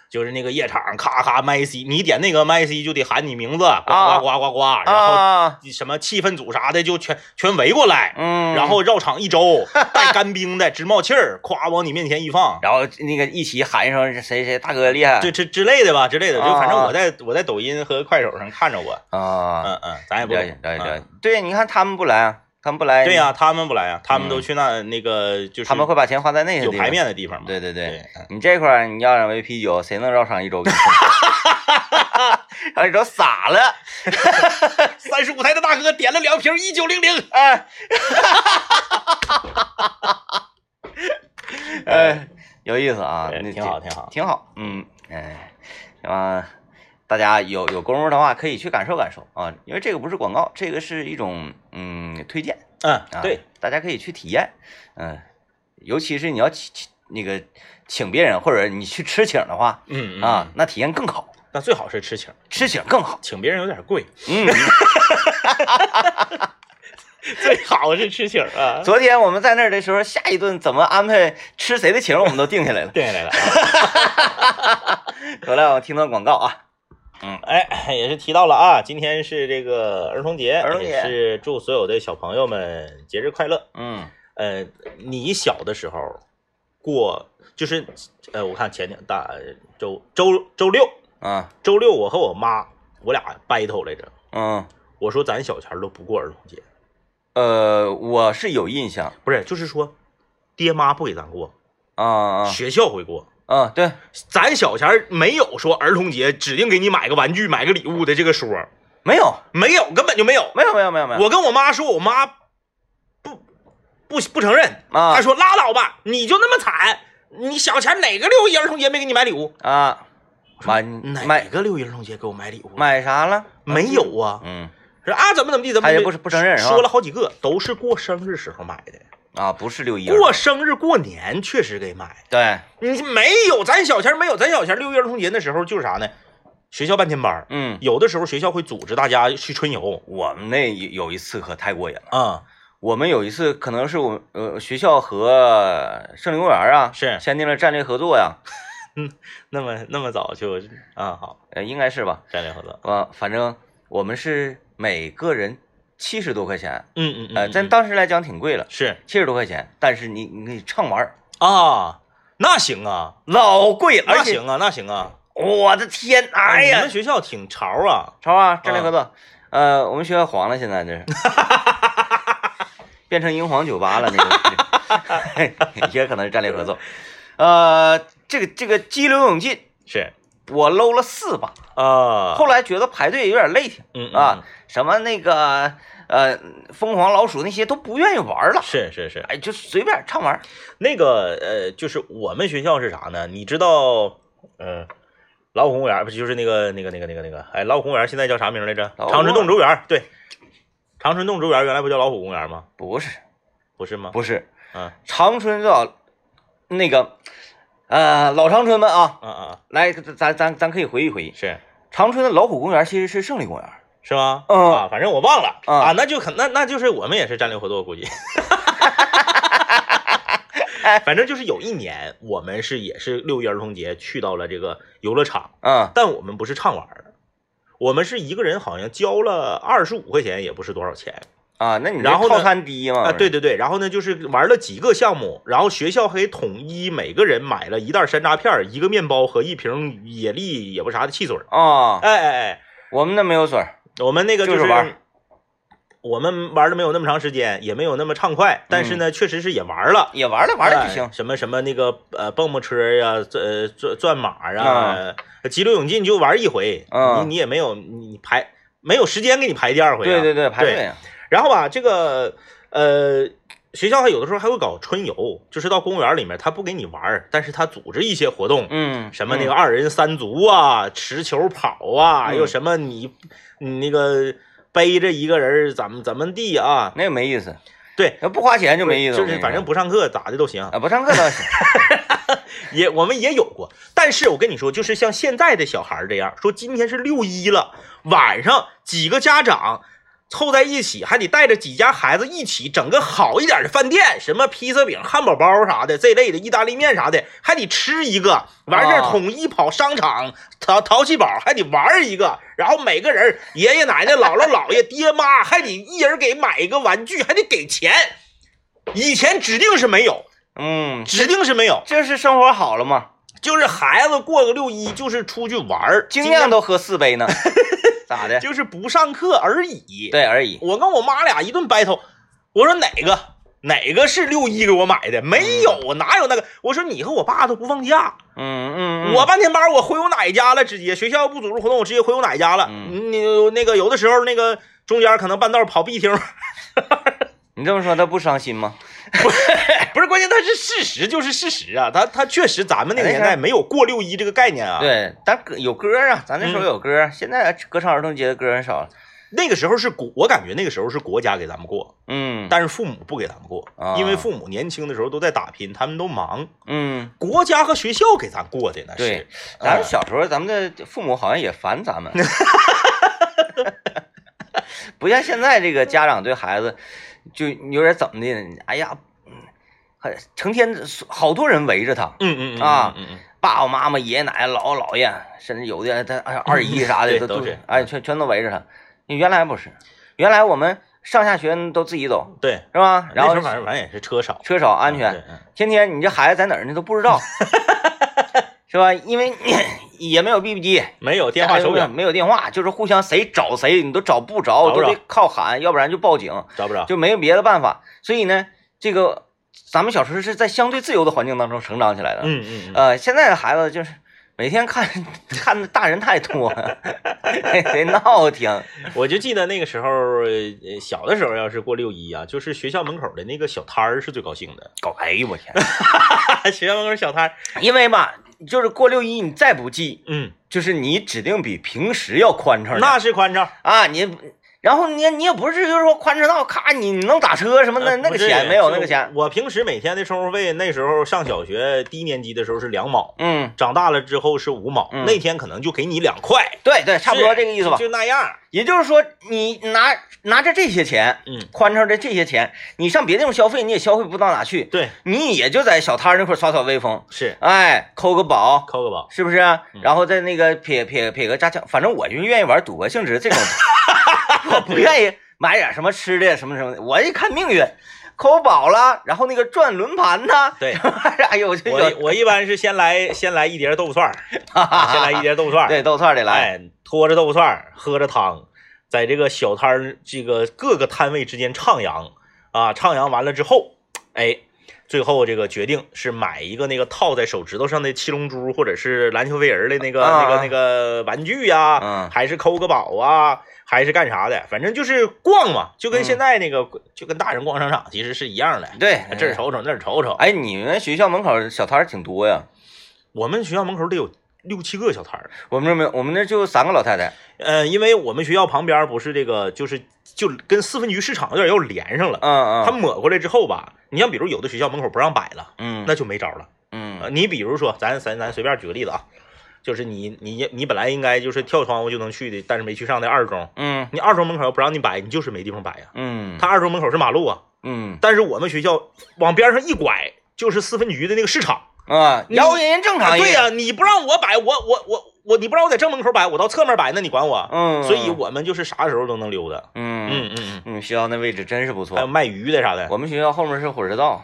Speaker 2: 就是那个夜场，咔咔麦 C，你点那个麦 C 就得喊你名字，呱
Speaker 1: 啊
Speaker 2: 呱呱呱呱，然后
Speaker 1: 啊，
Speaker 2: 什么气氛组啥的就全全围过来，
Speaker 1: 嗯，
Speaker 2: 然后绕场一
Speaker 1: *laughs*
Speaker 2: 周，带干冰的直冒气儿，咵往你面前一放，
Speaker 1: 然后那个一起喊一声谁谁大哥厉害，
Speaker 2: 这这之类的吧，之类的，就
Speaker 1: 啊
Speaker 2: 反正
Speaker 1: 啊
Speaker 2: 我在我在抖音和快手上看着过，
Speaker 1: 啊，
Speaker 2: 嗯嗯，咱也不
Speaker 1: 了
Speaker 2: 懂
Speaker 1: 解了解了
Speaker 2: 嗯
Speaker 1: 解。啊对，你看他们不来啊，他们不来，
Speaker 2: 对呀，他们不来啊，他们都
Speaker 1: 嗯
Speaker 2: 去那那个就是
Speaker 1: 他们会把钱花在那些
Speaker 2: 有
Speaker 1: 地方
Speaker 2: 排。面的地方嘛，
Speaker 1: 对对对，
Speaker 2: 对，嗯
Speaker 1: 你这块儿你要两杯啤酒，谁能绕场一周给你 *laughs* 送？让你都傻了，
Speaker 2: 三十五台的大哥点了两瓶一九零零， *laughs*
Speaker 1: 哎，哎，有意思啊，
Speaker 2: 对
Speaker 1: 那
Speaker 2: 哎挺好挺好
Speaker 1: 挺好，嗯，哎，啊，大家有有功夫的话可以去感受感受啊，因为这个不是广告，这个是一种嗯推荐。
Speaker 2: 嗯
Speaker 1: 啊，，
Speaker 2: 对，，
Speaker 1: 大家可以去体验，嗯、尤其是你要请请那个请别人，或者你去吃请的话
Speaker 2: 嗯
Speaker 1: 啊，，那体验更好，
Speaker 2: 嗯那最好是吃请，
Speaker 1: 吃请更好，
Speaker 2: 请别人有点贵， *laughs*
Speaker 1: 嗯。
Speaker 2: 最好是吃请啊，。
Speaker 1: *laughs* 昨天我们在那儿的时候，下一顿怎么安排吃谁的请，我们都定下来了
Speaker 2: *laughs* 定下来了啊。
Speaker 1: 回来我听段广告啊，
Speaker 2: 哎，也是提到了啊，今天是这个儿童节，
Speaker 1: 儿童节
Speaker 2: 也是祝所有的小朋友们节日快乐。
Speaker 1: 嗯
Speaker 2: 呃，你小的时候过就是呃，我看前天大周周周六
Speaker 1: 啊
Speaker 2: 周六，我和我妈我俩 battle 来着，
Speaker 1: 嗯
Speaker 2: 我说咱小前儿都不过儿童节，
Speaker 1: 呃，我是有印象
Speaker 2: 不是，就是说爹妈不给咱过，
Speaker 1: 啊啊
Speaker 2: 学校会过。
Speaker 1: 啊，对，
Speaker 2: 咱小前儿没有说儿童节指定给你买个玩具、买个礼物的这个说儿，
Speaker 1: 没有
Speaker 2: 没有，根本就没有。
Speaker 1: 没有没有没有没有，
Speaker 2: 我跟我妈说，我妈不不不承认，
Speaker 1: 啊
Speaker 2: 她说拉倒吧，你就那么惨，你小前哪个六一儿童节没给你买礼物？
Speaker 1: 啊，买
Speaker 2: 哪
Speaker 1: 买
Speaker 2: 个六一儿童节给我买礼物？啊
Speaker 1: 买啥了？
Speaker 2: 没有啊？
Speaker 1: 嗯
Speaker 2: 说啊怎么怎么地怎么地，
Speaker 1: 她也不是不承认是吧
Speaker 2: 说了好几个，都是过生日时候买的，
Speaker 1: 啊，不是六一儿
Speaker 2: 过生日过年确实给买。
Speaker 1: 对，
Speaker 2: 你没有咱小前没有咱小前六一儿童节那时候就是啥呢？学校半天班儿，
Speaker 1: 嗯。
Speaker 2: 有的时候学校会组织大家去春游
Speaker 1: 我们那有有一次可太过瘾了。
Speaker 2: 啊、
Speaker 1: 我们有一次可能是我们呃学校和胜利公园啊
Speaker 2: 是
Speaker 1: 签订了战略合作呀，
Speaker 2: 那么那么早就啊好，
Speaker 1: 呃应该是吧？
Speaker 2: 战略合作，
Speaker 1: 呃，反正我们是每个人七十多块钱，
Speaker 2: 嗯嗯嗯
Speaker 1: 呃，
Speaker 2: 嗯
Speaker 1: 在当时来讲挺贵了，
Speaker 2: 是
Speaker 1: 七十多块钱，但是你你可以畅玩儿，
Speaker 2: 啊，那行啊，
Speaker 1: 老贵了，
Speaker 2: 那
Speaker 1: 而且
Speaker 2: 行啊，那行啊，
Speaker 1: 我的天，哎
Speaker 2: 你
Speaker 1: 呀
Speaker 2: 们，学校挺潮啊，
Speaker 1: 超啊，战略合作，呃，我们学校黄了，现在这是。变成英皇酒吧了，那个也可能是战略合作。呃，这个这个激流勇进，
Speaker 2: 是
Speaker 1: 我搂了四把，
Speaker 2: 啊，
Speaker 1: 后来觉得排队有点累挺
Speaker 2: 嗯嗯
Speaker 1: 啊，什么那个呃疯狂老鼠那些都不愿意玩了，
Speaker 2: 是是是，
Speaker 1: 哎，就随便畅玩。
Speaker 2: 那个呃，就是我们学校是啥呢？你知道，嗯、老虎公园不就是那个那个那个那个那个，哎，老虎公园现在叫啥名来着？
Speaker 1: 老虎公园
Speaker 2: 长春动植物园，对，长春动植物园原来不叫老虎公园吗？
Speaker 1: 不是
Speaker 2: 不是吗？
Speaker 1: 不是，
Speaker 2: 嗯
Speaker 1: 长春叫那个呃老长春们啊，
Speaker 2: 嗯嗯，
Speaker 1: 来咱咱咱可以回忆回忆，
Speaker 2: 是
Speaker 1: 长春的老虎公园其实是胜利公园。
Speaker 2: 是吗？
Speaker 1: 嗯
Speaker 2: 啊，反正我忘了、
Speaker 1: 嗯
Speaker 2: 啊，那就可那那就是我们也是战略合作，估
Speaker 1: *laughs*
Speaker 2: 计。反正就是有一年，我们是也是六一儿童节去到了这个游乐场，
Speaker 1: 嗯
Speaker 2: 但我们不是畅玩儿，我们是一个人好像交了二十五块钱，也不是多少钱
Speaker 1: 啊，那你这
Speaker 2: 然后呢
Speaker 1: 套餐低嘛？
Speaker 2: 啊。对对对，然后呢就是玩了几个项目，然后学校还统一每个人买了一袋山楂片儿、一个面包和一瓶野力也不啥的汽水儿。
Speaker 1: 啊，
Speaker 2: 哎哎哎，
Speaker 1: 我们那没有水儿，
Speaker 2: 我们那个
Speaker 1: 就是
Speaker 2: 是
Speaker 1: 玩儿
Speaker 2: 我们玩的没有那么长时间，也没有那么畅快，但是
Speaker 1: 嗯
Speaker 2: 呢，确实是也玩了，
Speaker 1: 也玩了玩了就
Speaker 2: 哎
Speaker 1: 行。
Speaker 2: 什么什么那个呃蹦蹦车呀、呃转转马啊
Speaker 1: 啊、
Speaker 2: 急流勇进就玩一回，
Speaker 1: 嗯
Speaker 2: 你你也没有你排没有时间给你排第二回、啊，
Speaker 1: 对对对，排队啊
Speaker 2: 然后吧，这个呃，学校还有的时候还会搞春游，就是到公园里面，他不给你玩儿，但是他组织一些活动，
Speaker 1: 嗯，
Speaker 2: 什么那
Speaker 1: 嗯
Speaker 2: 个二人三足啊，持球跑啊，
Speaker 1: 嗯
Speaker 2: 又什么你你那个背着一个人儿怎么怎么地啊？
Speaker 1: 那个没意思，
Speaker 2: 对，
Speaker 1: 要不花钱就没意思。
Speaker 2: 就
Speaker 1: 我跟
Speaker 2: 是
Speaker 1: 你
Speaker 2: 反正
Speaker 1: 说
Speaker 2: 不上课咋的都行，
Speaker 1: 啊，不上课倒
Speaker 2: *laughs*
Speaker 1: 是
Speaker 2: 也我们也有过。但是我跟你说，就是像现在的小孩儿这样，说今天是六一了，晚上几个家长凑在一起，还得带着几家孩子一起整个好一点的饭店，什么披萨饼、汉堡包啥的这类的，意大利面啥的，还得吃一个。完事儿
Speaker 1: 啊
Speaker 2: 统一跑商场淘淘气堡，还得玩一个。然后每个人爷爷奶奶、姥姥姥爷、爹妈，还得一人给买一个玩具，还得给钱。以前指定是没有，
Speaker 1: 嗯，
Speaker 2: 指定是没有，
Speaker 1: 这是生活好了嘛，
Speaker 2: 就是孩子过个六一就是出去玩儿，
Speaker 1: 精酿都喝四杯
Speaker 2: *laughs*
Speaker 1: 呢，咋的？
Speaker 2: 就是不上课而已。
Speaker 1: 对而已。
Speaker 2: 我跟我妈俩一顿 battle，我说哪个哪个是六一给我买的？没有，哪有那个？我说你和我爸都不放假，
Speaker 1: 嗯嗯，嗯
Speaker 2: 我半天班我回我奶家了，直接学校不组织活动，我直接回我奶家了。
Speaker 1: 嗯
Speaker 2: 你那个有的时候那个中间可能半道跑 B 厅，
Speaker 1: 你这么说他不伤心吗？
Speaker 2: *laughs* 不是关键，它是事实，就是事实啊。它它确实咱们那个
Speaker 1: 没事
Speaker 2: 年代没有过六一这个概念啊。，
Speaker 1: 对，咱歌有歌啊，咱那
Speaker 2: 嗯
Speaker 1: 时候有歌，现在歌唱儿童节的歌很少了。
Speaker 2: 那个时候是国，我感觉那个时候是国家给咱们过，
Speaker 1: 嗯，
Speaker 2: 但是父母不给咱们过，
Speaker 1: 啊
Speaker 2: 因为父母年轻的时候都在打拼，他们都忙。
Speaker 1: 嗯，
Speaker 2: 国家和学校给咱过的那是。
Speaker 1: 对咱
Speaker 2: 嗯
Speaker 1: 们小时候，咱们的父母好像也烦咱
Speaker 2: *laughs*
Speaker 1: 们，不像现在这个家长对孩子就有点怎么的呢，哎呀，嗯还成天好多人围着他，
Speaker 2: 嗯嗯嗯
Speaker 1: 啊
Speaker 2: 嗯嗯嗯
Speaker 1: 爸爸妈妈、爷爷奶奶、姥姥姥爷，甚至有的他哎呀二姨啥的，
Speaker 2: 对
Speaker 1: 都
Speaker 2: 都是
Speaker 1: 哎，全全都围着他。原来不是，原来我们上下学都自己走，
Speaker 2: 对。
Speaker 1: 是吧？然
Speaker 2: 那
Speaker 1: 后
Speaker 2: 时候反正反正也是车少，
Speaker 1: 车少安全，
Speaker 2: 对嗯
Speaker 1: 天天你这孩子在哪儿呢都不知
Speaker 2: *laughs*
Speaker 1: 道，是吧？因为 *coughs* 也没有 BB 机，
Speaker 2: 没有电话手表
Speaker 1: 哎没有电话，就是互相谁找谁你都找不着，
Speaker 2: 找不着
Speaker 1: 都得靠喊，要不然就报警，
Speaker 2: 找不着，
Speaker 1: 就没有别的办法。所以呢，这个咱们小时候是在相对自由的环境当中成长起来的。
Speaker 2: 嗯嗯嗯，
Speaker 1: 呃，现在的孩子就是每天看 *laughs* 看的大人太多了，得闹挺。
Speaker 2: 我就记得那个时候，呃小的时候要是过六一啊，就是学校门口的那个小摊儿是最高兴的， *laughs*
Speaker 1: 搞哎呦我天！
Speaker 2: 学校门口小摊儿，
Speaker 1: 因为吧，就是过六一你再不记，
Speaker 2: 嗯，
Speaker 1: 就是你指定比平时要宽敞点
Speaker 2: 那是宽敞，
Speaker 1: 啊，你然后你你也不是就是说宽车道，咔你你能打车什么的，
Speaker 2: 呃
Speaker 1: 那
Speaker 2: 不
Speaker 1: 个
Speaker 2: 是
Speaker 1: 钱没有
Speaker 2: 就
Speaker 1: 那个钱，
Speaker 2: 我平时每天的生活费，那时候上小学低年级的时候是两毛，
Speaker 1: 嗯，
Speaker 2: 长大了之后是五毛，
Speaker 1: 嗯
Speaker 2: 那天可能就给你两块，
Speaker 1: 对对，差不多
Speaker 2: 是
Speaker 1: 这个意思吧。
Speaker 2: 就那样，
Speaker 1: 也就是说，你拿拿着这些钱，
Speaker 2: 嗯，
Speaker 1: 宽敞的这些钱，你上别地方消费，你也消费不到哪去，
Speaker 2: 对，
Speaker 1: 你也就在小摊儿那块儿耍耍威风，
Speaker 2: 是
Speaker 1: 哎，抠个宝，
Speaker 2: 扣个宝，
Speaker 1: 是不是？
Speaker 2: 嗯
Speaker 1: 然后再那个撇撇撇个炸枪，反正我就愿意玩赌博性质
Speaker 2: *laughs*
Speaker 1: 这种，我不愿意买点什么吃的什么什么的，我一看命运，抠宝了，然后那个转轮盘呐，
Speaker 2: 对
Speaker 1: *laughs* 哎呦，我就
Speaker 2: 我
Speaker 1: 有
Speaker 2: 我一般是先来先来一碟豆腐 *laughs* 串儿，啊先来一碟豆腐串儿，
Speaker 1: 对豆串得来，
Speaker 2: 哎，拖着豆腐串儿，喝着汤，在这个小摊儿这个各个摊位之间徜徉啊，徜徉完了之后，哎，最后这个决定是买一个那个套在手指头上的七龙珠，或者是篮球飞人儿的那个、
Speaker 1: 啊
Speaker 2: 那个那个玩具呀、
Speaker 1: 嗯
Speaker 2: 还是抠个宝啊，还是干啥的，反正就是逛嘛，
Speaker 1: 嗯
Speaker 2: 就跟现在那个、就跟大人逛商场其实是一样的，
Speaker 1: 对，
Speaker 2: 哎这儿瞅瞅那儿瞅瞅。
Speaker 1: 哎，你们学校门口小摊儿挺多呀，
Speaker 2: 我们学校门口得有六七个小摊儿。
Speaker 1: 我们这没有，我们那就三个老太太，
Speaker 2: 呃，因为我们学校旁边不是这个，就是就跟四分局市场有点要连上了。
Speaker 1: 嗯
Speaker 2: 他
Speaker 1: 嗯，
Speaker 2: 抹过来之后吧，你像比如有的学校门口不让摆了，
Speaker 1: 嗯
Speaker 2: 那就没招了。呃
Speaker 1: 嗯
Speaker 2: 你比如说，咱咱咱随便举个例子啊，就是你你你本来应该就是跳窗户就能去的，但是没去上的二中，
Speaker 1: 嗯
Speaker 2: 你二中门口不让你摆，你就是没地方摆呀、
Speaker 1: 嗯
Speaker 2: 他二中门口是马路啊，
Speaker 1: 嗯
Speaker 2: 但是我们学校往边上一拐就是四分局的那个市场。
Speaker 1: 啊，
Speaker 2: 你
Speaker 1: 谣言正常
Speaker 2: 啊
Speaker 1: 一
Speaker 2: 对
Speaker 1: 点
Speaker 2: 呀、你不让我摆，我我我我，你不让我在正门口摆，我到侧面摆，那你管我？啊
Speaker 1: 嗯，
Speaker 2: 所以我们就是啥时候都能溜达。
Speaker 1: 嗯
Speaker 2: 嗯哎嗯
Speaker 1: 嗯，学校那位置真是不错，
Speaker 2: 还有卖鱼的啥的， *laughs*
Speaker 1: 我们学校后面是火车道。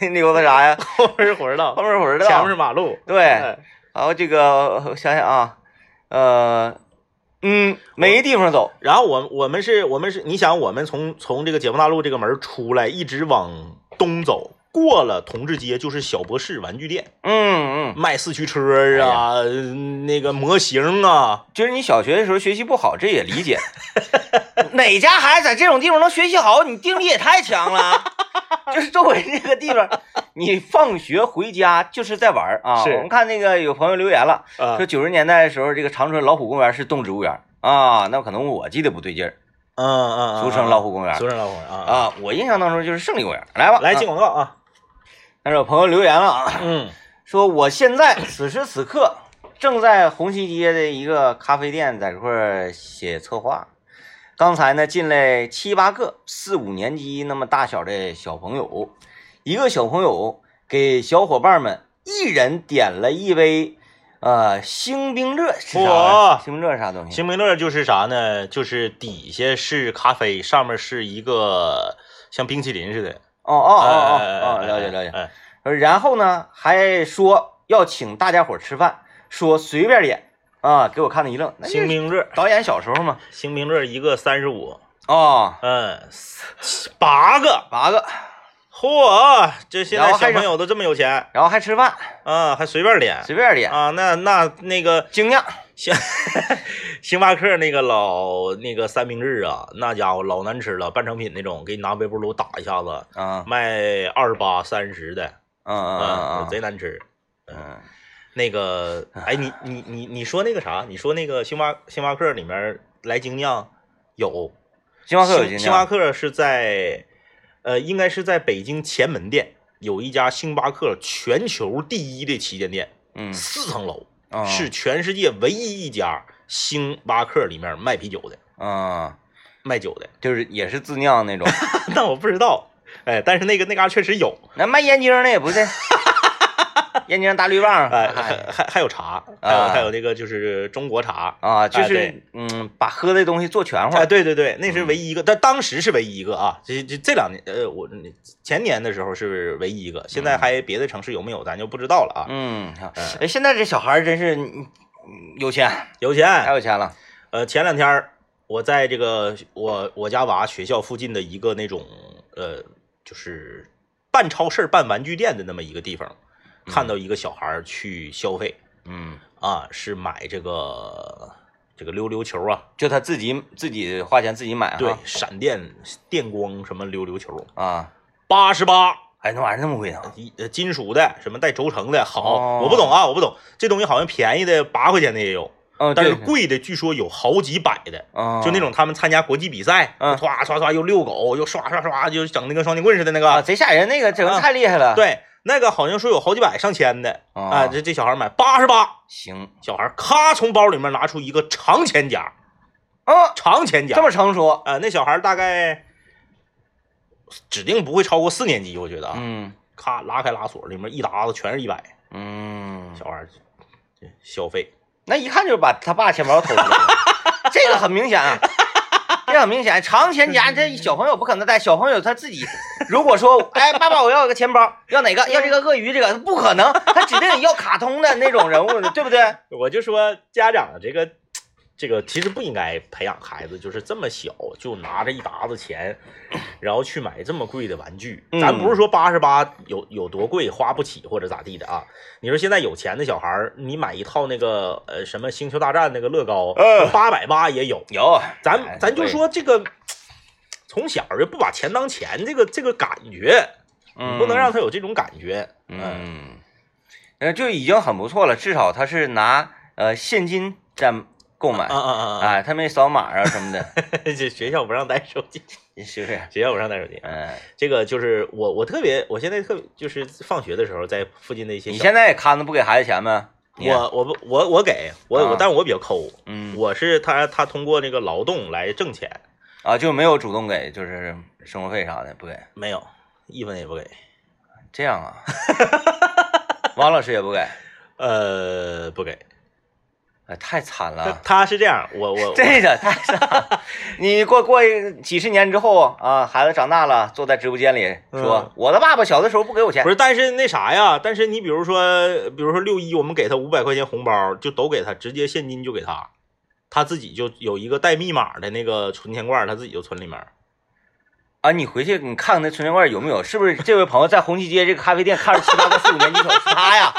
Speaker 1: 你溜达啥呀？
Speaker 2: 后面是火车道
Speaker 1: 后，面是火车道，
Speaker 2: 前面是马路。
Speaker 1: 对，然
Speaker 2: 哎
Speaker 1: 后这个我想想啊，呃，嗯，没地方走，
Speaker 2: 然后我我们是我们是，你想我们从从这个解放大路这个门出来，一直往东走，过了同志街就是小博士玩具店，
Speaker 1: 嗯嗯，
Speaker 2: 卖四驱车啊，
Speaker 1: 哎
Speaker 2: 那个模型啊，
Speaker 1: 就是你小学的时候学习不好，这也理解。 *laughs* 哪家孩子在这种地方能学习好？你定力也太强
Speaker 2: *laughs*
Speaker 1: 了。就是周围这个地方，你放学回家就是在玩儿啊。
Speaker 2: 是
Speaker 1: 我们看那个有朋友留言了，
Speaker 2: 啊
Speaker 1: 说九十年代的时候，这个长春老虎公园是动植物园啊，那可能我记得不对劲儿，
Speaker 2: 嗯嗯，
Speaker 1: 俗称老虎公园
Speaker 2: 俗称老虎啊
Speaker 1: 啊，我印象当中就是胜利公园。来吧，
Speaker 2: 来进
Speaker 1: 啊
Speaker 2: 广告啊，
Speaker 1: 但是有朋友留言了啊，
Speaker 2: 嗯
Speaker 1: 说我现在此时此刻正在红旗街的一个咖啡店在这块儿写策划。刚才呢，进来七八个四五年级那么大小的小朋友，一个小朋友给小伙伴们一人点了一杯，呃，星冰乐是啥
Speaker 2: 哇
Speaker 1: 玩意儿？星冰乐是啥东西？
Speaker 2: 星冰乐就是啥呢？就是底下是咖啡，上面是一个像冰淇淋似的。
Speaker 1: 哦哦
Speaker 2: 哦
Speaker 1: 哦哦哦，
Speaker 2: 哎
Speaker 1: 了解了解。呃然后呢，还说要请大家伙儿吃饭，说随便点啊，给我看的一愣。那就是
Speaker 2: 星冰乐，
Speaker 1: 导演小时候嘛，
Speaker 2: 星冰乐一个三十五，
Speaker 1: 哦，
Speaker 2: 嗯，八个，
Speaker 1: 八个，
Speaker 2: 嚯，这现在
Speaker 1: 然后还
Speaker 2: 小
Speaker 1: 是
Speaker 2: 朋友都这么有钱
Speaker 1: 然后还吃饭，
Speaker 2: 啊，还随便点
Speaker 1: 随便点，
Speaker 2: 啊？那那那个
Speaker 1: 精酿，
Speaker 2: 星 *laughs* 星巴克那个老那个三明治啊，那家伙老难吃了，半成品那种，给你拿微波炉打一下子，
Speaker 1: 啊，
Speaker 2: 卖二八三十的，
Speaker 1: 嗯嗯
Speaker 2: 啊，
Speaker 1: 嗯
Speaker 2: 贼
Speaker 1: 嗯
Speaker 2: 难吃。
Speaker 1: 嗯，
Speaker 2: 那个，哎，你你你你说那个啥？你说那个星巴星巴克里面来精酿有，
Speaker 1: 星巴克有
Speaker 2: 星
Speaker 1: 精
Speaker 2: 星巴
Speaker 1: 酿，
Speaker 2: 克是在，呃，应该是在北京前门店有一家星巴克全球第一的旗舰店，
Speaker 1: 嗯，
Speaker 2: 四层楼，
Speaker 1: 啊
Speaker 2: 是，全世界唯一一家星巴克里面卖啤酒的，
Speaker 1: 嗯，
Speaker 2: 卖酒的。 *laughs*
Speaker 1: 就是也是自酿那种，
Speaker 2: 但我不知道，哎，但是那个那嘎、确实有，
Speaker 1: 那卖燕京的也
Speaker 2: *laughs*
Speaker 1: 不是，燕京大绿棒，
Speaker 2: 哎，
Speaker 1: 哎
Speaker 2: 还还还有茶，还有、
Speaker 1: 啊
Speaker 2: 还有那个就是中国茶。
Speaker 1: 啊，就
Speaker 2: 哎对
Speaker 1: 是嗯，把喝的东西做全乎
Speaker 2: 哎，
Speaker 1: 儿，
Speaker 2: 对对对，那是唯一一个，但当时是唯一一个啊。这这这两年，呃，我前年的时候是唯一一个，现在还别的城市有没有，咱就不知道了啊。
Speaker 1: 嗯，好
Speaker 2: 哎
Speaker 1: 哎，现在这小孩儿真是嗯有钱，
Speaker 2: 有钱，
Speaker 1: 太有钱了，
Speaker 2: 呃，前两天儿我在这个我我家娃学校附近的一个那种呃，就是办超市、办玩具店的那么一个地方，看到一个小孩儿去消费
Speaker 1: 嗯。
Speaker 2: 啊，是买这个这个溜溜球啊，
Speaker 1: 就他自己自己花钱自己啊买哈，
Speaker 2: 对，闪电、电光什么溜溜球，
Speaker 1: 啊，
Speaker 2: 八十八。
Speaker 1: 哎，那玩意儿那么贵呢？
Speaker 2: 一呃金属的，什么带轴承的，好，
Speaker 1: 哦
Speaker 2: 我不懂啊，我不懂，这东西好像便宜的八块钱的也有，
Speaker 1: 嗯，
Speaker 2: 但是
Speaker 1: 对，
Speaker 2: 贵的据说有好几百的，
Speaker 1: 啊，
Speaker 2: 就那种他们参加国际比赛，
Speaker 1: 嗯
Speaker 2: 唰唰唰又遛狗，又刷刷刷，就整那个双截棍似的那个，
Speaker 1: 啊，贼吓人，那个整
Speaker 2: 啊
Speaker 1: 的太厉害了。，
Speaker 2: 对，那个好像说有好几百上千的，
Speaker 1: 啊
Speaker 2: 啊，这这小孩买八十八，
Speaker 1: 行
Speaker 2: 小孩咔从包里面拿出一个长钱夹，
Speaker 1: 啊，
Speaker 2: 长钱夹
Speaker 1: 这，么成熟，
Speaker 2: 啊，那小孩大概指定不会超过四年级，我觉得啊，
Speaker 1: 嗯
Speaker 2: 咔拉开拉锁，里面一沓子全是一百，
Speaker 1: 嗯，
Speaker 2: 小孩这消费，
Speaker 1: 那一看就是把他爸钱包偷出来
Speaker 2: *laughs*
Speaker 1: 了，这个很明显啊。这个很明显，长钱夹这小朋友不可能带，小朋友他自
Speaker 2: *laughs*
Speaker 1: 己如果说，哎，爸爸我要个钱包，要哪个？要这个鳄鱼这个？不可能，他指定要卡通的那种人物，对不对？
Speaker 2: 我就说家长这个。这个其实不应该培养孩子，就是这么小就拿着一沓子钱，然后去买这么贵的玩具。
Speaker 1: 嗯
Speaker 2: 咱不是说八十八有有多贵，花不起或者咋地的啊？你说现在有钱的小孩儿，你买一套那个呃什么《星球大战》那个乐高
Speaker 1: 嗯，
Speaker 2: 八百八也 *laughs* 有。
Speaker 1: 有，
Speaker 2: 咱咱就说这个，从小就不把钱当钱，这个这个感觉，你
Speaker 1: 嗯，
Speaker 2: 不能让他有这种感觉。
Speaker 1: 嗯，呃，就已经很不错了，至少他是拿呃现金在购买，
Speaker 2: 啊啊啊啊！
Speaker 1: 哎，他没扫码啊什么的，
Speaker 2: 这学校不让带手机，
Speaker 1: 是不是？
Speaker 2: 学校不让带手机。
Speaker 1: 嗯，
Speaker 2: 这个就是我，我特别，我现在特别就是放学的时候，在附近的一些
Speaker 1: 你
Speaker 2: 小，
Speaker 1: 现在也看着不给孩子钱吗？你
Speaker 2: 我我不我我给我我，
Speaker 1: 啊
Speaker 2: 但我比较抠，
Speaker 1: 嗯
Speaker 2: 我是他他通过那个劳动来挣钱，
Speaker 1: 啊，就没有主动给，就是生活费啥的不给，
Speaker 2: 没有一分也不给。
Speaker 1: 这样啊？ *laughs* 王老师也不给，
Speaker 2: 呃，不给
Speaker 1: 哎，太惨
Speaker 2: 他
Speaker 1: 了。
Speaker 2: 他是啊 *laughs* 这样，我我我
Speaker 1: 这个太惨
Speaker 2: *laughs*
Speaker 1: 了，你过过一几十年之后啊，孩子长大了，坐在直播间里说：“
Speaker 2: 嗯
Speaker 1: 我的爸爸小的时候不给我钱。
Speaker 2: 不是，但是那啥呀，但是你比如说，比如说六一，我们给他五百块钱红包，就都给他，直接现金就给他，他自己就有一个带密码的那个存钱罐，他自己就存里面。
Speaker 1: 啊，你回去你看看那存钱罐有没有，是不是这位朋友在红旗街这个咖啡店看着七八个四五年级小是他
Speaker 2: *laughs*
Speaker 1: 呀？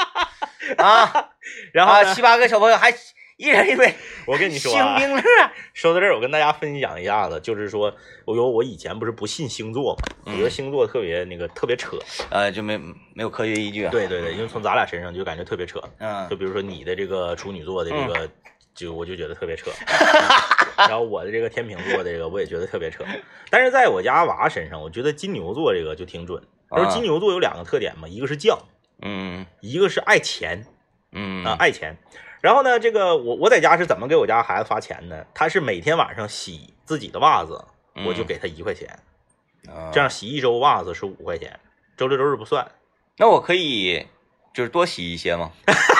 Speaker 1: 啊，
Speaker 2: 然后
Speaker 1: 啊
Speaker 2: 呢，
Speaker 1: 七八个小朋友还一人一杯，
Speaker 2: 我跟你说、
Speaker 1: 星
Speaker 2: 啊，
Speaker 1: 冰乐，
Speaker 2: 说到这儿，我跟大家分享一下子，就是说，我有我以前不是不信星座嘛，我觉得星座特别那个特别扯。
Speaker 1: 呃，就没没有科学依据啊。，
Speaker 2: 对对对，因为从咱俩身上就感觉特别扯。就
Speaker 1: 嗯
Speaker 2: 比如说你的这个处女座的这个，就我就觉得特别 *laughs* 扯。然后我的这个天秤座的这个，我也觉得特别扯。但是在我家娃身上，我觉得金牛座这个就挺准。他说
Speaker 1: 啊
Speaker 2: 金牛座有两个特点嘛，一个是犟，
Speaker 1: 嗯
Speaker 2: 一个是爱钱
Speaker 1: 嗯
Speaker 2: 啊、爱钱。然后呢，这个我我在家是怎么给我家孩子发钱呢？他是每天晚上洗自己的袜子，我就
Speaker 1: 嗯
Speaker 2: 给他一块钱，
Speaker 1: 啊
Speaker 2: 这样洗一周袜子是五块钱，周六周日不算。
Speaker 1: 那我可以就是多洗一些吗？
Speaker 2: *laughs*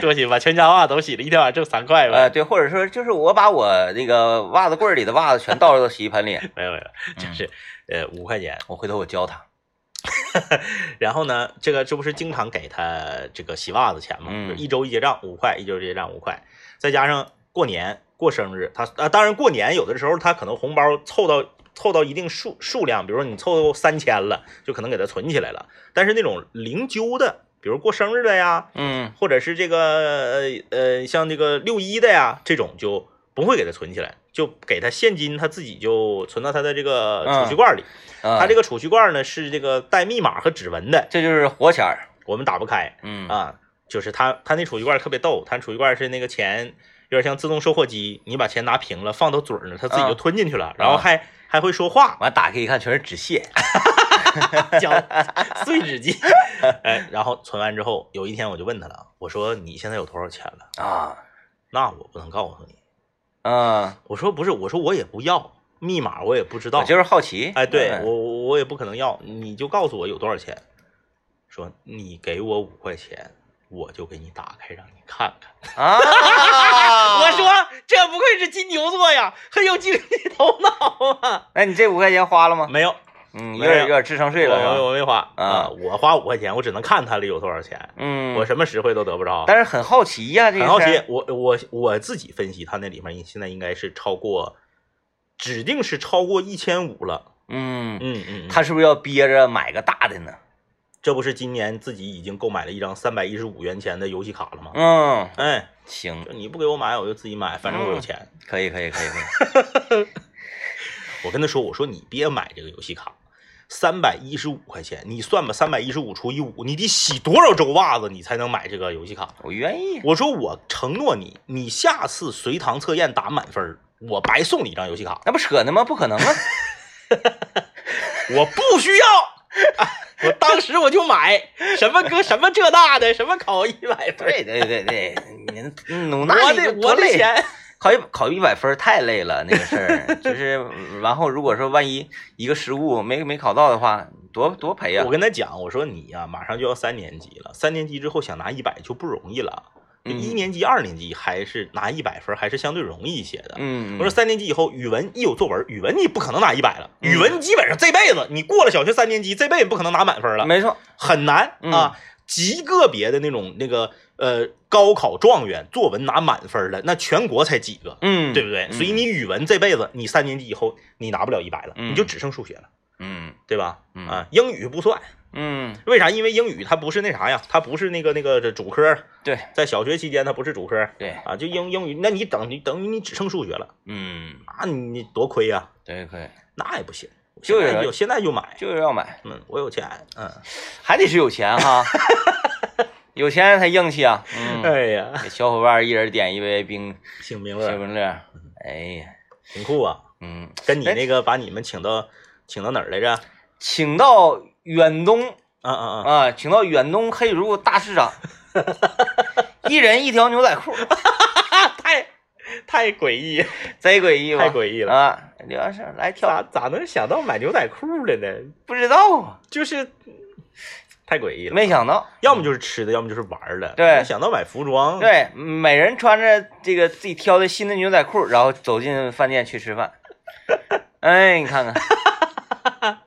Speaker 2: 多洗吧，全家袜都洗了，一天晚上挣三块
Speaker 1: 呃，
Speaker 2: 呗。
Speaker 1: 对，或者说就是我把我那个袜子柜儿里的袜子全倒到洗衣 *laughs* 盆里，
Speaker 2: 没有没有，就是呃五块钱。
Speaker 1: 我回头我教他。
Speaker 2: 然后呢，这个这不是经常给他这个洗袜子钱吗？
Speaker 1: 嗯
Speaker 2: 就一周一结账五块，一周结账五块，再加上过年过生日，他啊，当然过年有的时候他可能红包凑到凑到一定数数量，比如说你凑够三千了，就可能给他存起来了。但是那种零揪的，比如过生日的呀，
Speaker 1: 嗯
Speaker 2: 或者是这个呃呃像这个六一的呀，这种就不会给他存起来，就给他现金，他自己就存到他的这个储蓄罐里。
Speaker 1: 啊，
Speaker 2: 他这
Speaker 1: 个
Speaker 2: 个储蓄罐呢是这个带密码和指纹的，
Speaker 1: 这就是活钱儿。
Speaker 2: 我们打不开
Speaker 1: 嗯
Speaker 2: 啊。就是他他那储蓄罐特别逗，他储蓄罐是那个钱有点像自动售货机，你把钱拿平了放到嘴儿那，他自己就
Speaker 1: 啊
Speaker 2: 吞进去了，然后还、还会说
Speaker 1: *laughs*
Speaker 2: 话，
Speaker 1: 完打开一看，全是纸屑。 *laughs*
Speaker 2: 讲碎纸机。哎，然后存完之后，有一天我就问他了，我说你现在有多少钱了？
Speaker 1: 啊，
Speaker 2: 那我不能告诉你。
Speaker 1: 嗯，
Speaker 2: 我说不是，我说我也不要密码，我也不知道。
Speaker 1: 我就是好奇。
Speaker 2: 哎，对
Speaker 1: 嗯
Speaker 2: 我我我也不可能要，你就告诉我有多少钱。说你给我五块钱，我就给你打开让你看看。
Speaker 1: 啊，
Speaker 2: *laughs* 我，说这不愧是金牛座呀，很有经济头脑啊。
Speaker 1: 那你这五块钱花了吗？
Speaker 2: 没有，
Speaker 1: 嗯，有
Speaker 2: 没有
Speaker 1: 点有点智商税了是
Speaker 2: 我
Speaker 1: 吧？
Speaker 2: 我没花
Speaker 1: 啊
Speaker 2: 我花五块钱，我只能看他里有多少钱，
Speaker 1: 嗯，
Speaker 2: 我什么实惠都得不着。
Speaker 1: 但是很好奇呀，这个
Speaker 2: 很好奇
Speaker 1: 事儿，
Speaker 2: 我我我自己分析，他那里面现在应该是超过，指定是超过一千五了。
Speaker 1: 嗯，
Speaker 2: 嗯嗯，嗯
Speaker 1: 他是不是要憋着买个大的呢？
Speaker 2: 这不是今年自己已经购买了一张三百一十五元钱的游戏卡了吗？
Speaker 1: 嗯，
Speaker 2: 哎，
Speaker 1: 行
Speaker 2: 就，你不给我买，我就自己买，反正我有钱。
Speaker 1: 可以可以可
Speaker 2: *laughs*
Speaker 1: 以可以。
Speaker 2: 我跟他说，我说你别买这个游戏卡，三百一十五块钱，你算吧，三百一十五除以五，你得洗多少周袜子你才能买这个游戏卡？
Speaker 1: 我愿意。
Speaker 2: 我说我承诺你，你下次随堂测验打满分儿，我白送你一张游戏卡，
Speaker 1: 那不扯呢吗？不可能
Speaker 2: *laughs*
Speaker 1: 啊！
Speaker 2: 我不需要。 *laughs* 啊我当时我就买，什么哥什么这那的，什么考一百分儿，
Speaker 1: 对对对对，你努那
Speaker 2: 我
Speaker 1: 一个
Speaker 2: 的
Speaker 1: 多
Speaker 2: 我的
Speaker 1: 累，
Speaker 2: 钱。
Speaker 1: 考一考一百分儿太累了，那个事儿就是，然后如果说万一一个失误没没考到的话，多多赔呀
Speaker 2: 我。跟他讲，我说你呀、马上就要三年级了，三年级之后想拿一百就不容易了。
Speaker 1: 嗯
Speaker 2: 一年级、二年级还是拿一百分，还是相对容易一些的。
Speaker 1: 嗯，
Speaker 2: 我说三年级以后，语文一有作文，语文你不可能拿一百了，
Speaker 1: 嗯
Speaker 2: 语文基本上这辈子你过了小学三年级，这辈子不可能拿满分了，
Speaker 1: 没错，
Speaker 2: 很难
Speaker 1: 嗯
Speaker 2: 啊。极个别的那种那个呃高考状元，作文拿满分了，那全国才几个，
Speaker 1: 嗯，
Speaker 2: 对不对？
Speaker 1: 嗯
Speaker 2: 所以你语文这辈子，你三年级以后你拿不了一百了，
Speaker 1: 嗯
Speaker 2: 你就只剩数学了，
Speaker 1: 嗯
Speaker 2: 对吧？
Speaker 1: 嗯
Speaker 2: 啊，英语不算。
Speaker 1: 嗯，
Speaker 2: 为啥？因为英语它不是那啥呀，它不是那个那个这主科，
Speaker 1: 对
Speaker 2: 在小学期间它不是主科
Speaker 1: 对，
Speaker 2: 啊，就英英语，那你等你等于你只剩数学了，
Speaker 1: 嗯，
Speaker 2: 那、你多亏呀、
Speaker 1: 对，可以，
Speaker 2: 那也不行，
Speaker 1: 就
Speaker 2: 现在
Speaker 1: 是
Speaker 2: 就现在就买，
Speaker 1: 就是要买，
Speaker 2: 嗯，我有钱，嗯，
Speaker 1: 还得是有钱
Speaker 2: *laughs*
Speaker 1: 哈，有钱才硬气啊。嗯，
Speaker 2: 哎呀，
Speaker 1: 给小伙伴一人点一杯冰
Speaker 2: 挺明
Speaker 1: 雪
Speaker 2: 白，
Speaker 1: 冰乐，
Speaker 2: 嗯
Speaker 1: 哎呀，
Speaker 2: 挺酷啊，
Speaker 1: 嗯，
Speaker 2: 跟你
Speaker 1: 哎
Speaker 2: 那个把你们请到请到哪儿来着？
Speaker 1: 请到远东。
Speaker 2: 啊啊啊！
Speaker 1: 啊，请到远东黑如大市
Speaker 2: *laughs*
Speaker 1: 场，一人一条牛仔裤，
Speaker 2: 啊太太诡异，
Speaker 1: 贼诡异吧？
Speaker 2: 太诡异了，
Speaker 1: 啊！刘老师来挑，
Speaker 2: 咋咋能想到买牛仔裤的呢？
Speaker 1: 不知道啊，
Speaker 2: 就是太诡异了，
Speaker 1: 没想到。
Speaker 2: 要么就是吃的，要么就是玩儿的，
Speaker 1: 对
Speaker 2: 没想到买服装，
Speaker 1: 对，每人穿着这个自己挑的新的牛仔裤，然后走进饭店去吃饭。哎，你看看，
Speaker 2: *laughs*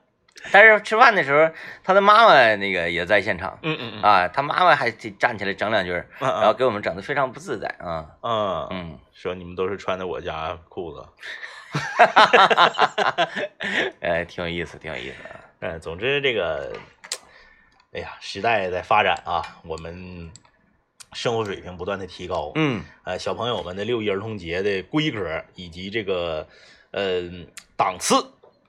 Speaker 1: 但是吃饭的时候，他的妈妈那个也在现场
Speaker 2: 嗯嗯嗯。
Speaker 1: 啊，他妈妈还得站起来整两句儿，
Speaker 2: 嗯
Speaker 1: 然后给我们整的非常不自在啊。
Speaker 2: 嗯嗯，
Speaker 1: 嗯， *laughs*
Speaker 2: 说你们都是穿的我家裤子，
Speaker 1: 哎，挺有意思，挺有意思啊。
Speaker 2: 嗯，总之这个，哎呀，时代在发展啊，我们生活水平不断的提高，，
Speaker 1: 嗯
Speaker 2: 呃，小朋友们的六一儿童节的规格以及这个呃档次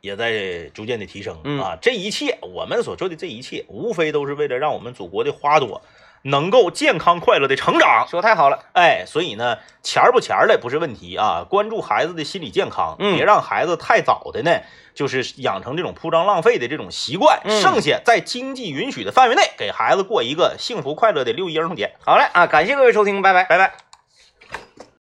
Speaker 2: 也在逐渐的提升、
Speaker 1: 嗯
Speaker 2: 啊，这一切我们所做的这一切，无非都是为了让我们祖国的花朵能够健康快乐的成长。
Speaker 1: 说太好了，
Speaker 2: 哎，所以呢，钱儿不钱儿的不是问题啊，关注孩子的心理健康，
Speaker 1: 嗯
Speaker 2: 别让孩子太早的呢，就是养成这种铺张浪费的这种习惯。
Speaker 1: 嗯
Speaker 2: 剩下在经济允许的范围内，给孩子过一个幸福快乐的六一儿童节。
Speaker 1: 好嘞啊！感谢各位收听，拜拜，拜拜。